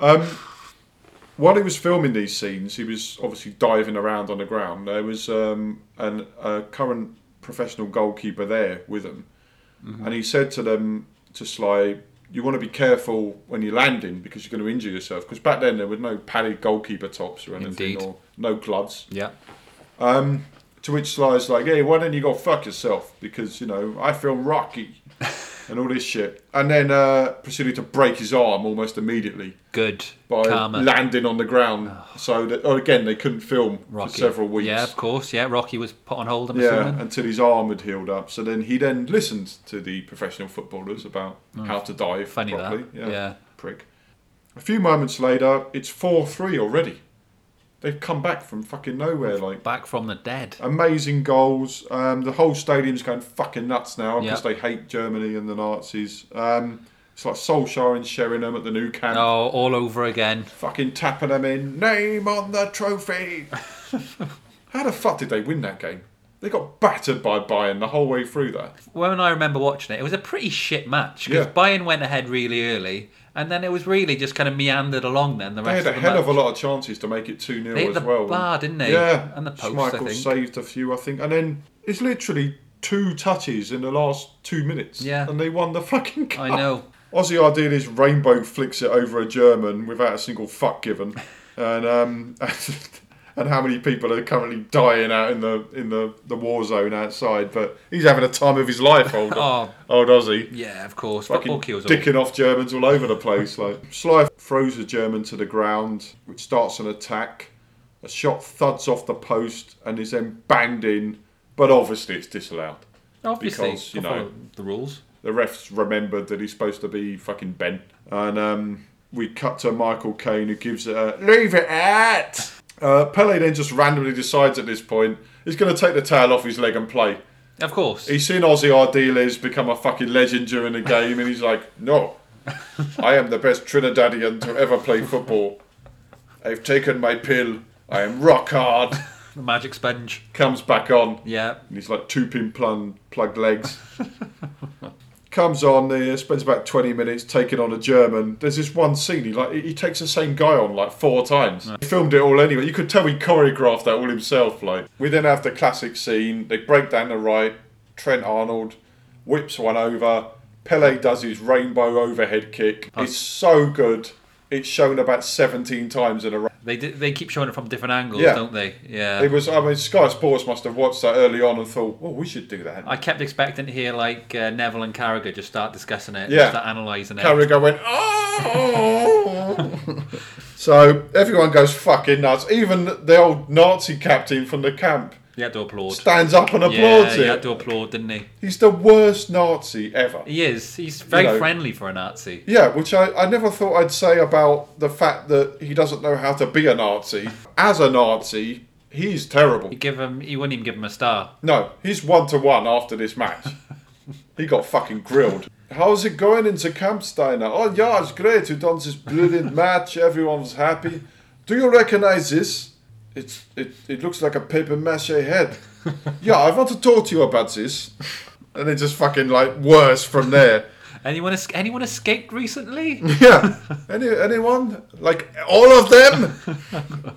Um, while he was filming these scenes, he was obviously diving around on the ground. There was um, an, a current professional goalkeeper there with him. And he said to them, to Sly, you want to be careful when you're landing because you're going to injure yourself. Because back then there were no padded goalkeeper tops or anything,
Indeed.
or no gloves.
Yeah.
Um, to which Sly's like, hey, why don't you go fuck yourself? Because, you know, I feel rocky and all this shit. And then uh, proceeded to break his arm almost immediately
Good.
by
Karma.
landing on the ground. So, that, oh, again, they couldn't film for
Rocky.
several weeks.
Yeah, of course. Yeah, Rocky was put on hold, I'm
Yeah,
assuming.
until his arm had healed up. So then he then listened to the professional footballers about how to
Oh,
dive
Funny
properly.
that. Yeah.
Prick. A few moments later, it's 4 3 already. They've come back from fucking nowhere. Like
Back from the dead.
amazing goals. Um, the whole stadium's going fucking nuts now
Yeah.
because they hate Germany and the Nazis. Um, it's like Solskjaer and Sheringham at the new camp,
Oh, all over again.
fucking tapping them in. Name on the trophy. How the fuck did they win that game? They got battered by Bayern the whole way through that.
When I remember watching it, it was a pretty shit match because
Yeah.
Bayern went ahead really early, and then it was really just kind of meandered along. Then the
They
rest
had a
of the
hell
match.
of a lot of chances to make it 2 0
They hit
as
the
well.
bar, didn't they?
Yeah.
And the post, I
Schmeichel
think.
saved a few, I think. And then it's literally two touches in the last two minutes.
Yeah.
And they won the fucking cup.
I know.
Aussie ideal is Rainbow flicks it over a German without a single fuck given, and um, and how many people are currently dying out in the in the, the war zone outside? But he's having a time of his life, old
Oh.
old Aussie.
Yeah, of course. Football
Fucking
kills all.
dicking off Germans all over the place. Like Sly throws a German to the ground, which starts an attack. A shot thuds off the post and is then banged in, but obviously it's disallowed.
Obviously,
because, you
they'll
know-
follow the rules.
the refs remembered that he's supposed to be fucking bent. And um, we cut to Michael Caine who gives it a leave it at. Uh, Pele then just randomly decides at this point he's going to take the tail off his leg and play.
Of course.
He's seen Aussie Ardiles become a fucking legend during the game, and he's like, no, I am the best Trinidadian to ever play football. I've taken my pill. I am rock hard.
The magic sponge.
Comes back on.
Yeah.
And he's like two pin plun, plugged legs. Comes on there, spends about 20 minutes taking on a German. There's this one scene, he like he takes the same guy on like four times. He filmed it all anyway. You could tell he choreographed that all himself. Like we then have the classic scene. They break down the right. Trent Arnold whips one over. Pele does his rainbow overhead kick. It's so good. It's shown about 17 times in a row.
They d- they keep showing it from different angles,
Yeah.
don't they? Yeah.
It was. I mean, Sky Sports must have watched that early on and thought, "Well, we should do that."
I kept expecting to hear like uh, Neville and Carragher just start discussing it,
Yeah.
start analysing it.
Carragher went, oh. so everyone goes fucking nuts. Even the old Nazi captain from the camp
he had to applaud.
stands up and
yeah,
applauds
he had
it.
to applaud, didn't he?
He's the worst Nazi ever.
He is. He's very
know.
friendly for a Nazi.
Yeah, which I, I never thought I'd say about the fact that he doesn't know how to be a Nazi. As a Nazi, he's terrible.
You give him. He wouldn't even give him a star.
No, he's one to one after this match. he got fucking grilled. How's it going into Kampsteiner? Oh yeah, it's great. We've done this brilliant match. Everyone's happy. Do you recognize this? It's it, it looks like a paper mache head. yeah, I want to talk to you about this. And it just fucking like worse from there.
Anyone? es- Anyone escaped recently?
Yeah. Any anyone? Like all of them?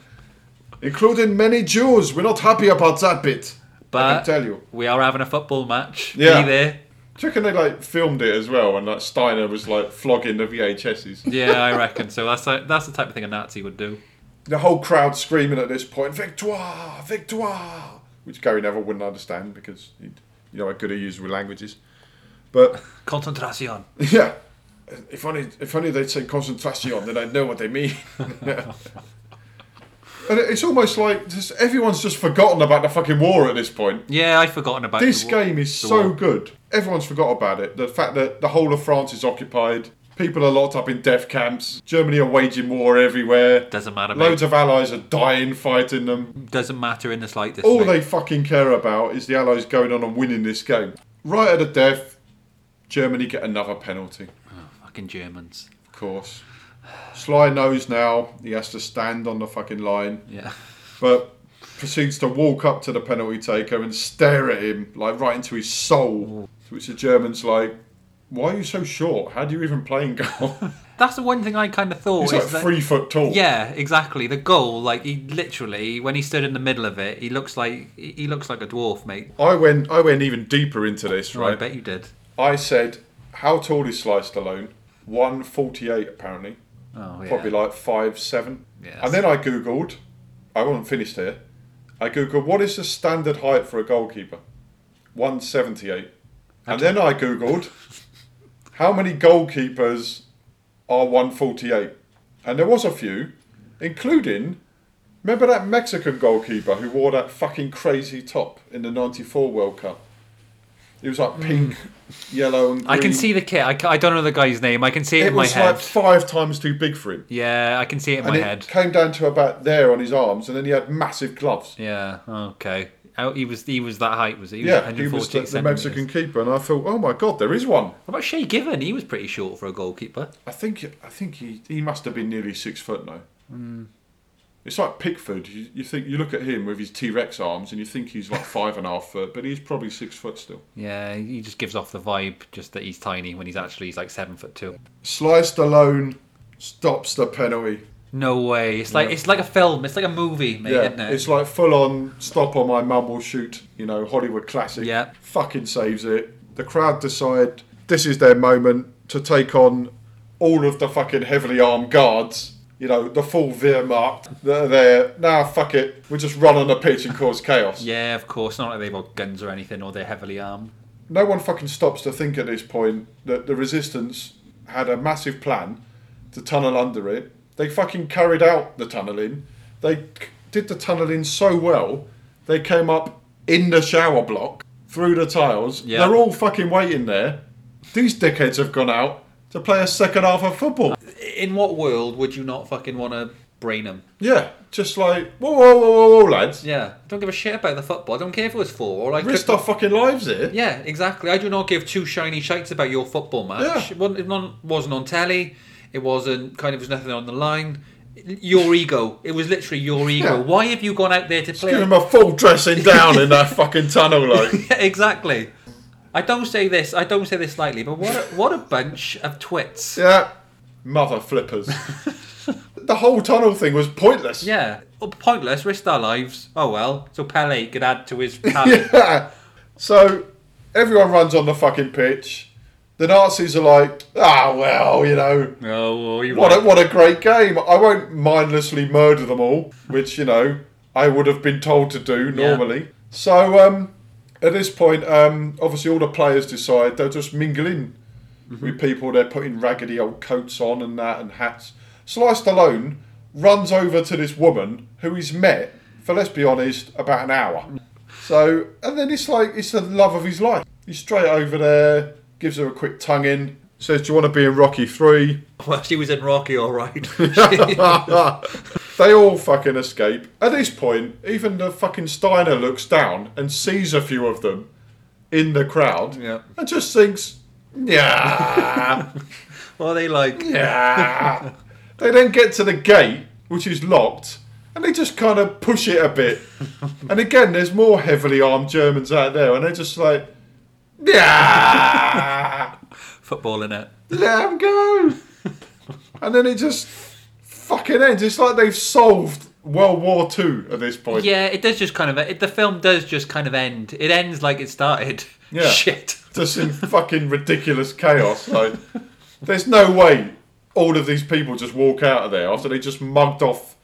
Including many Jews. We're not happy about that bit. I
But
can tell you.
we are having a football match.
Yeah.
Be there.
Do you reckon they like filmed it as well, and like Steiner was like flogging the VHSs?
Yeah, I reckon. So that's like, that's the type of thing a Nazi would do.
The whole crowd screaming at this point, "Victoire! Victoire!" Which Gary Neville wouldn't understand because he'd, you know how good he is with languages. But
Concentracion.
yeah, if only if only they'd say concentration, then I'd know what they mean. and it- it's almost like just, everyone's just forgotten about the fucking war at this point.
Yeah, I'd forgotten about
This
the wa-
game is
the
so
war.
good. Everyone's forgot about it. The fact that the whole of France is occupied, people are locked up in death camps, Germany are waging war everywhere,
Doesn't matter. Mate.
loads of allies are dying fighting them.
Doesn't matter in the slightest.
All
mate.
they fucking care about is the allies going on and winning this game. Right at the death, Germany get another penalty,
Fucking Germans.
of course. Sly knows now he has to stand on the fucking line.
Yeah.
but proceeds to walk up to the penalty taker and stare at him like right into his
Mm.
soul. To which the German's like, "Why are you so short? How do you even play in goal?"
That's the one thing I kind of thought.
He's
is
like
that-
three foot tall.
Yeah, exactly. The goal, like he literally, when he stood in the middle of it, he looks like he he looks like a dwarf, mate.
I went, I went even deeper into this.
I
Right,
bet you did.
I said, "How tall is Sly Stallone?" One forty-eight, apparently.
Oh yeah.
Probably like five seven.
Yes.
And then I googled. I wasn't finished here. I googled what is the standard height for a goalkeeper? One seventy-eight. And then I googled how many goalkeepers are one forty-eight, and there was a few, including. Remember that Mexican goalkeeper who wore that fucking crazy top in the 94 World Cup? It was like pink, yellow, and green.
Hmm. I can see the kit. I, ca- I don't know the guy's name. I can see it,
it
in my
was
head.
like five times too big for him.
yeah, I can see it in
and
my
it
head.
came down to about there on his arms, and then he had massive gloves.
Yeah. Okay. Oh, he was he was that height was he? he was
Yeah, he
140
was the, the
centimeters.
Mexican keeper, and I thought, oh my god, there is one.
What about Shea Given? He was pretty short for a goalkeeper.
I think I think he, he must have been nearly six foot now.
Hmm.
It's like Pickford. You, you think you look at him with his T Rex arms, and you think he's like five and a half foot, but he's probably six foot still.
Yeah, he just gives off the vibe just that he's tiny when he's actually he's like seven foot two.
Sly Stallone stops the penalty.
No way. It's like it's like a film. It's like a movie, mate, isn't it?
it's like full on stop or my mum will shoot. You know, Hollywood classic.
Yeah.
fucking saves it. The crowd decide this is their moment to take on all of the fucking heavily armed guards. You know, the full Wehrmacht. They're there. Nah, fuck it. We just run on the pitch and cause chaos.
yeah, of course. Not like they've got guns or anything, or they're heavily armed.
No one fucking stops to think at this point that the resistance had a massive plan to tunnel under it. They fucking carried out the tunneling. They c- did the tunneling so well, they came up in the shower block through the tiles.
Yeah.
They're all fucking waiting there. These dickheads have gone out to play a second half of football.
In what world would you not fucking want to brain them?
Yeah, just like whoa, whoa, whoa, whoa, whoa lads,
Yeah, I don't give a shit about the football. I don't care if it was four or like.
risked our fucking lives here.
Yeah, exactly. I do not give two shiny shites about your football match.
Yeah.
It, wasn't, it non- wasn't on telly. It wasn't kind of was nothing on the line. Your ego. It was literally your ego.
Yeah.
Why have you gone out there to play?
Give them a full dressing down in that fucking tunnel, like.
Yeah, exactly. I don't say this. I don't say this lightly, but what a, what a bunch of twits.
Yeah. Mother flippers. the whole tunnel thing was pointless.
Yeah. Oh, pointless. Risked our lives. Oh well. So Pele could add to his. talent.
Yeah. So everyone runs on the fucking pitch. The Nazis are like, ah, well, you know,
Oh, well, you're
what
right.
a, what a great game. I won't mindlessly murder them all, which, you know, I would have been told to do
Yeah.
normally. So um, at this point, um, obviously, all the players decide they'll just mingle in with people. They're putting raggedy old coats on and that and hats. Sliced Stallone runs over to this woman who he's met, for let's be honest, about an hour. So, and then it's like, it's the love of his life. He's straight over there, gives her a quick tongue in, says, Do you want to be in Rocky 3?
Well, she was in Rocky, all right.
they all fucking escape. At this point, even the fucking Steiner looks down and sees a few of them in the crowd
Yeah.
and just thinks, yeah,
well, they like.
yeah. they then get to the gate, which is locked, and they just kind of push it a bit. and again, there's more heavily armed Germans out there, and they're just like, yeah.
football in it.
let him go. and then it just fucking ends. It's like they've solved World War Two at this point.
Yeah, it does just kind of. It, the film does just kind of end. It ends like it started.
Yeah.
Shit.
Just in fucking ridiculous chaos. Like, there's no way all of these people just walk out of there after they just mugged off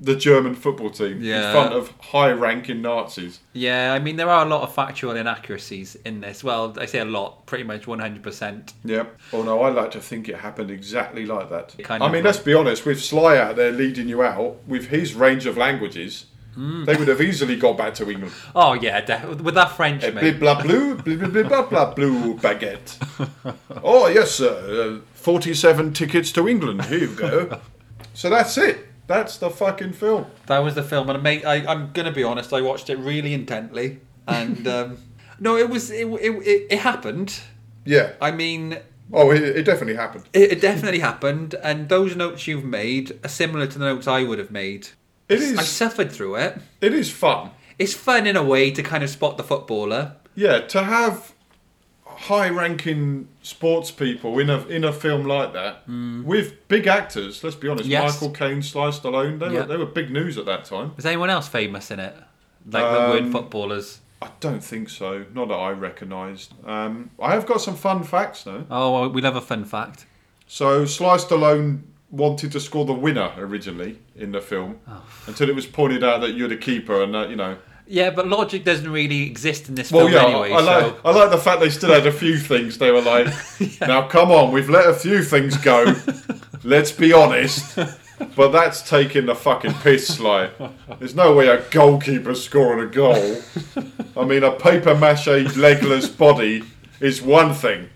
the German football team
Yeah.
in front of high-ranking Nazis.
Yeah, I mean there are a lot of factual inaccuracies in this. Well, I say a lot, pretty much 100%.
Yep. Oh no, I like to think it happened exactly like that.
It kind
I
of
mean,
was.
let's be honest. With Sly out there leading you out with his range of languages,
Hmm.
they would have easily got back to England.
Oh yeah, def- with that French
A
mate.
Blah blah blue, blah blah blah blah, blah blue baguette. oh yes, sir. Uh, Forty-seven tickets to England. Here you go. so that's it. That's the fucking film.
That was the film, and I made, I, I'm gonna be honest. I watched it really intently, and um, no, it was it, it it it happened.
Yeah.
I mean,
Oh, it, it definitely happened.
it, it definitely happened, and those notes you've made are similar to the notes I would have made.
It
I
is.
suffered through it.
It is fun.
It's fun in a way to kind of spot the footballer.
Yeah, to have high-ranking sports people in a in a film like that with big actors. Let's be honest.
Hmm. Yes.
Michael Caine, Sly Stallone. They
Yeah.
were they were big news at that time.
Was anyone else famous in it? Like the word
Um,
footballers.
I don't think so. Not that I recognised. Um, I have got some fun facts though.
Oh, well, we love a fun fact.
So Sly Stallone wanted to score the winner originally in the film,
Oh.
until it was pointed out that you're the keeper and that you know.
Yeah, but logic doesn't really exist in this
Well,
film
yeah,
anyway.
I, like
so
I like the fact they still had a few things. They were like, now come on, we've let a few things go. Let's be honest. But that's taking the fucking piss, like. There's no way a goalkeeper's scoring a goal. I mean, a paper mache legless body is one thing.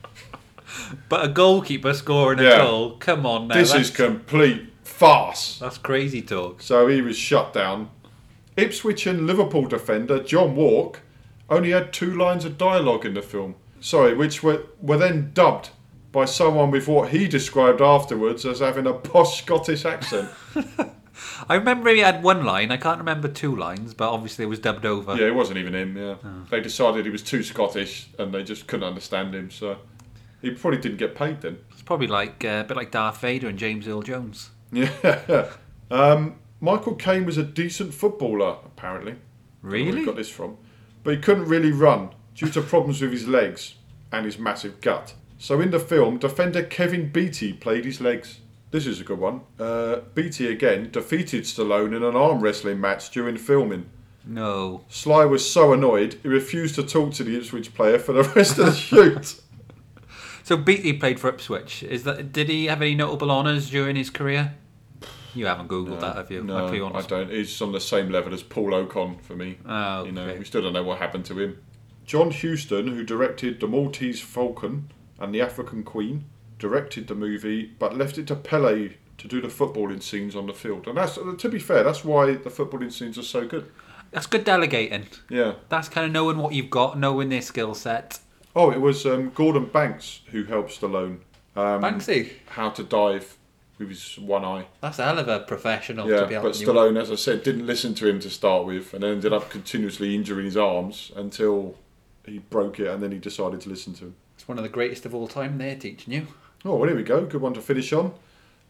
But a goalkeeper scoring a
Yeah.
goal, come on now.
This
that's,
is complete farce.
that's crazy talk.
So he was shut down. Ipswich and Liverpool defender John Walk only had two lines of dialogue in the film. Sorry, which were, were then dubbed by someone with what he described afterwards as having a posh Scottish accent.
I remember he had one line. I can't remember two lines, but obviously it was dubbed over.
Yeah, it wasn't even him. Yeah, they decided he was too Scottish and they just couldn't understand him. So he probably didn't get paid then.
It's probably like uh, a bit like Darth Vader and James Earl Jones.
Oh Yeah. Um, Michael Caine was a decent footballer apparently. Where we
Really?
got this from, but he couldn't really run due to problems with his legs and his massive gut. So in the film, defender Kevin Beatty played his legs. This is a good one. Uh, Beatty again defeated Stallone in an arm wrestling match during filming.
No.
Sly was so annoyed he refused to talk to the Ipswich player for the rest of the shoot.
So Beattie played for Ipswich. Is that? Did he have any notable honours during his career? You haven't googled that, have you?
No,
I put you on the
I
spot.
don't. He's on the same level as Paul Ocon for me.
Oh,
You know,
okay.
we still don't know what happened to him. John Huston, who directed The Maltese Falcon and The African Queen, directed the movie but left it to Pele to do the footballing scenes on the field. And that's to be fair, that's why the footballing scenes are so good.
That's good delegating.
Yeah.
That's kind of knowing what you've got, knowing their skill set.
Oh, it was um, Gordon Banks who helped Stallone um,
Banksy,
how to dive with his one eye.
that's a hell of a professional
Yeah,
to be
but
helping you.
Stallone, as I said, didn't listen to him to start with, and ended up continuously injuring his arms until he broke it, and then he decided to listen to him.
It's one of the greatest of all time. They're teaching you.
Oh, well, here we go. Good one to finish on.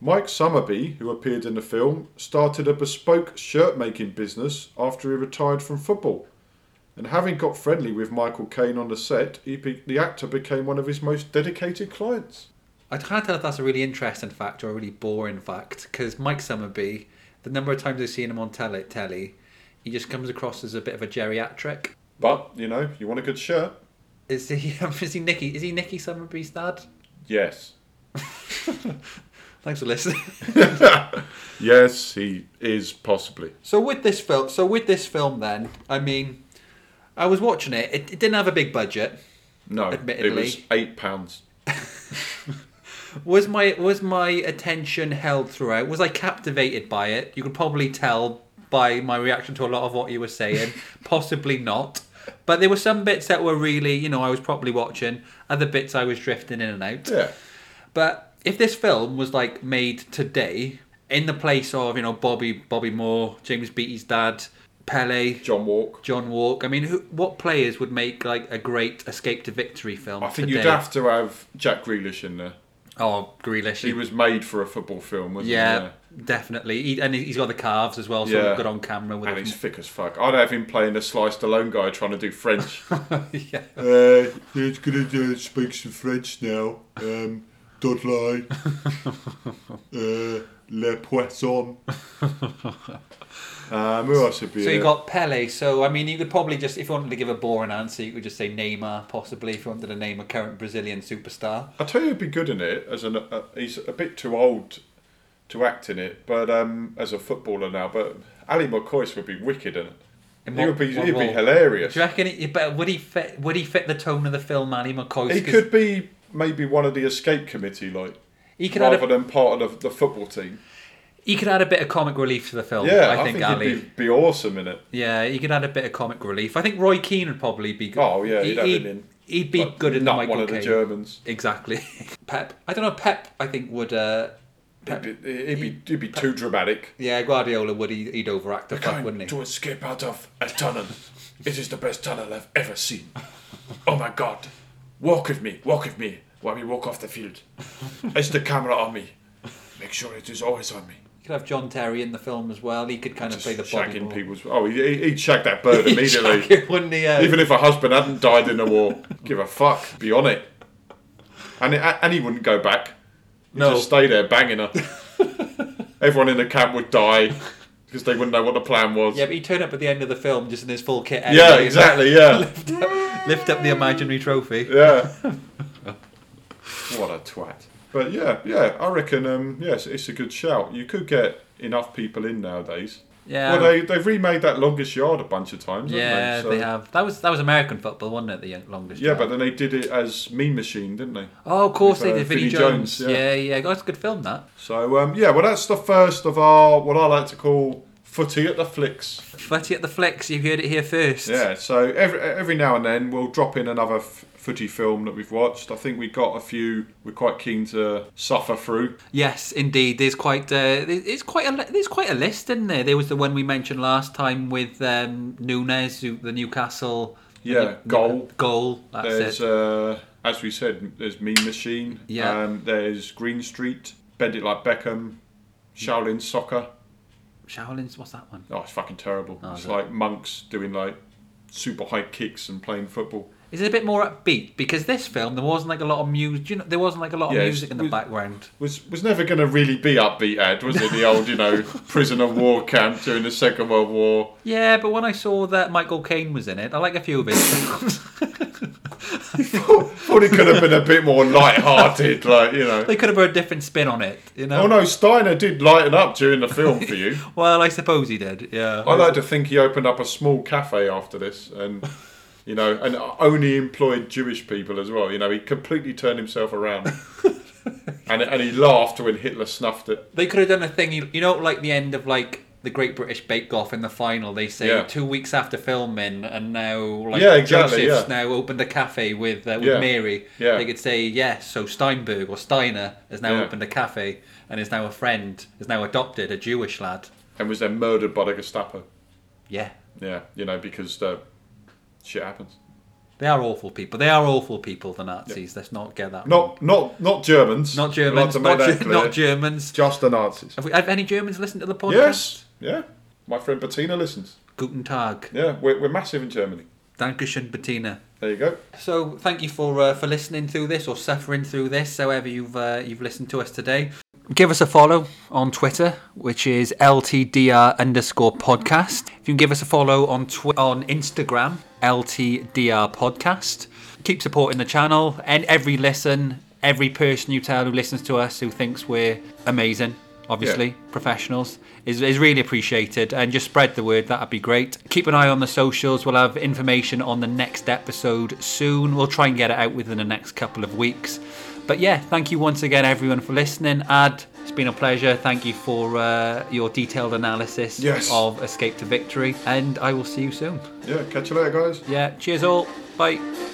Mike Summerby, who appeared in the film, started a bespoke shirt making business after he retired from football. And having got friendly with Michael Caine on the set, he be- the actor became one of his most dedicated clients.
I can't tell if that's a really interesting fact or a really boring fact because Mike Summerby, the number of times I've seen him on tele- telly, he just comes across as a bit of a geriatric.
But, you know, you want a good shirt?
Is he? Is he Nicky? Is he Nicky Summerby's dad?
Yes.
Thanks for listening.
Yes, he is possibly.
So with this film, so with this film, then I mean, I was watching it. It, it didn't have a big budget.
No, it
Admittedly.
was eight pounds.
Was my was my attention held throughout? Was I captivated by it? You could probably tell by my reaction to a lot of what you were saying. Possibly not. But there were some bits that were really, you know, I was probably watching. Other bits I was drifting in and out.
Yeah.
But if this film was like made today, in the place of you know Bobby Bobby Moore, James Beattie's dad, Pele,
John Walk.
John Walk. I mean, who, what players would make like a great escape to victory film?
I think
today?
you'd have to have Jack Grealish in there.
Oh, Grealish.
He was made for a football film, wasn't he?
yeah, definitely. He, and he's got the calves as well, so
Yeah.
good on camera with
And he's
him.
thick as fuck. I'd have him playing the sliced alone guy trying to do French.
yeah.
uh, he's gonna do, speak some French now. Um, don't lie. uh, le poisson. um, who else would be
So
in
you
it?
got Pele. So I mean, you could probably just, if you wanted to give a boring answer, you could just say Neymar, possibly, if you wanted to name a current Brazilian superstar.
I tell you, he'd be good in it. As an, uh, he's a bit too old to act in it, but um, as a footballer now. But Ali McCoy would be wicked in it.
In
He
what-
would be,
what
he'd be
role?
hilarious.
Do you reckon? It, but would he fit? Would he fit the tone of the film, Ali McCoy?
He could be maybe one of the escape committee, like
He could add
rather
a,
than part of the, the football team.
he could add a bit of comic relief to the film.
Yeah,
Oh, I think, Ali.
he'd be, be awesome in it.
Yeah, he could add a bit of comic relief. I think Roy Keane would probably be good.
Oh, yeah, he'd have him in.
He'd be
Like,
good in the
not
Michael
one of the
Caine.
Germans.
Exactly. Pep. I don't know. Pep. I think would. Uh,
He'd be, he'd be, he'd be too dramatic.
yeah, Guardiola would. He'd, he'd overact the fuck, wouldn't he?
to escape out of a tunnel. It is the best tunnel I've ever seen. Oh my god. Walk with me, walk with me while we walk off the field. It's the camera on me. Make sure it is always on me.
You could have John Terry in the film as well. He could kind of
Just
play the body.
shagging
more.
people's. Oh, he- he'd shag that bird
He'd
immediately.
chuck it, wouldn't he? Uh,
Even if her husband hadn't died in the war, give a fuck, be on it. And it, and he wouldn't go back. He'd
No.
just stay there banging her. Everyone in the camp would die because they wouldn't know what the plan was.
yeah, but he turned up at the end of the film just in his full kit.
yeah,
anyway.
exactly. Yeah,
Lift up the imaginary trophy.
yeah. what a twat. But yeah, yeah, I reckon. Um, yes, it's a good shout. You could get enough people in nowadays.
Yeah.
Well, they they've remade that longest yard a bunch of times. haven't
yeah,
they? So-
they have. That was that was American football, wasn't it? The young- longest.
Yeah,
yard?
but then they did it as Mean Machine, didn't they?
oh, of course they
with,
did.
uh,
Vinnie
Vinnie
Jones.
Jones,
Yeah,
yeah.
yeah. God, it's a good film that.
So um, yeah, well that's the first of our what I like to call footy at the flicks.
Fatty at the flicks. You heard it here first.
Yeah, so every every now and then we'll drop in another f- footy film that we've watched. I think we got a few we're quite keen to suffer through.
Yes, indeed. There's quite uh, it's quite a there's quite a list, isn't there? There was the one we mentioned last time with um, Nunes, who, the Newcastle.
Yeah, goal.
Goal. That's
there's
it.
uh, as we said, there's Mean Machine.
Yeah.
Um, there's Green Street, Bend It Like Beckham, Shaolin Soccer.
Shaolin's. What's that one?
Oh, it's fucking terrible.
Oh, is
it's
it?
like monks doing like super high kicks and playing football.
Is it a bit more upbeat? Because this film, there wasn't like a lot of music. You know, there wasn't like a lot of
Yeah, it's-
music in the
was-
background.
was was never going to really be upbeat, Ed, was it? The old, you know, prisoner war camp during the Second World War.
Yeah, but when I saw that Michael Caine was in it, I like a few of his films.
Thought it could have been a bit more light-hearted, like you know.
they could have put a different spin on it, you know.
Oh no, Steiner did lighten up during the film for you.
Well, I suppose he did. Yeah.
I like to think he opened up a small cafe after this, and you know, and only employed Jewish people as well. You know, he completely turned himself around, and and he laughed when Hitler snuffed it.
They could have done a thing, you you know, like the end of like the Great British Bake Off in the final. They say
Yeah.
two weeks after filming, and now like
Yeah, exactly,
Joseph's
yeah.
now opened a cafe with uh, with
Yeah.
Mary.
Yeah.
They could say yes. so Steinberg or Steiner has now
Yeah.
opened a cafe and is now a friend. Is now adopted a Jewish lad.
and was then murdered by the Gestapo.
Yeah,
Yeah, you know, because uh, shit happens.
they are awful people. They are awful people. The Nazis. Let's not get that. wrong.
Not not not Germans.
not
I'd like
Germans.
to
Not,
make that
Ge-
clear.
not Germans.
Just the Nazis.
Have, we, have any Germans listened to the podcast?
Yes. Yeah. My friend Bettina listens.
Guten Tag.
Yeah, we're, we're massive in Germany.
Dankeschön, Bettina.
There you go.
So thank you for uh, for listening through this or suffering through this, however you've uh, you've listened to us today. Give us a follow on Twitter, which is ltdr underscore podcast. If you can give us a follow on twi- on Instagram, ltdr podcast. Keep supporting the channel and every listen, every person you tell who listens to us who thinks we're amazing. Obviously, professionals is, is really appreciated and just spread the word that'd be great keep an eye on the socials we'll have information on the next episode soon we'll try and get it out within the next couple of weeks but yeah thank you once again everyone for listening ad it's been a pleasure thank you for uh, your detailed analysis
Yes.
of escape to victory and i will see you soon
Yeah, catch you later, guys.
yeah cheers all bye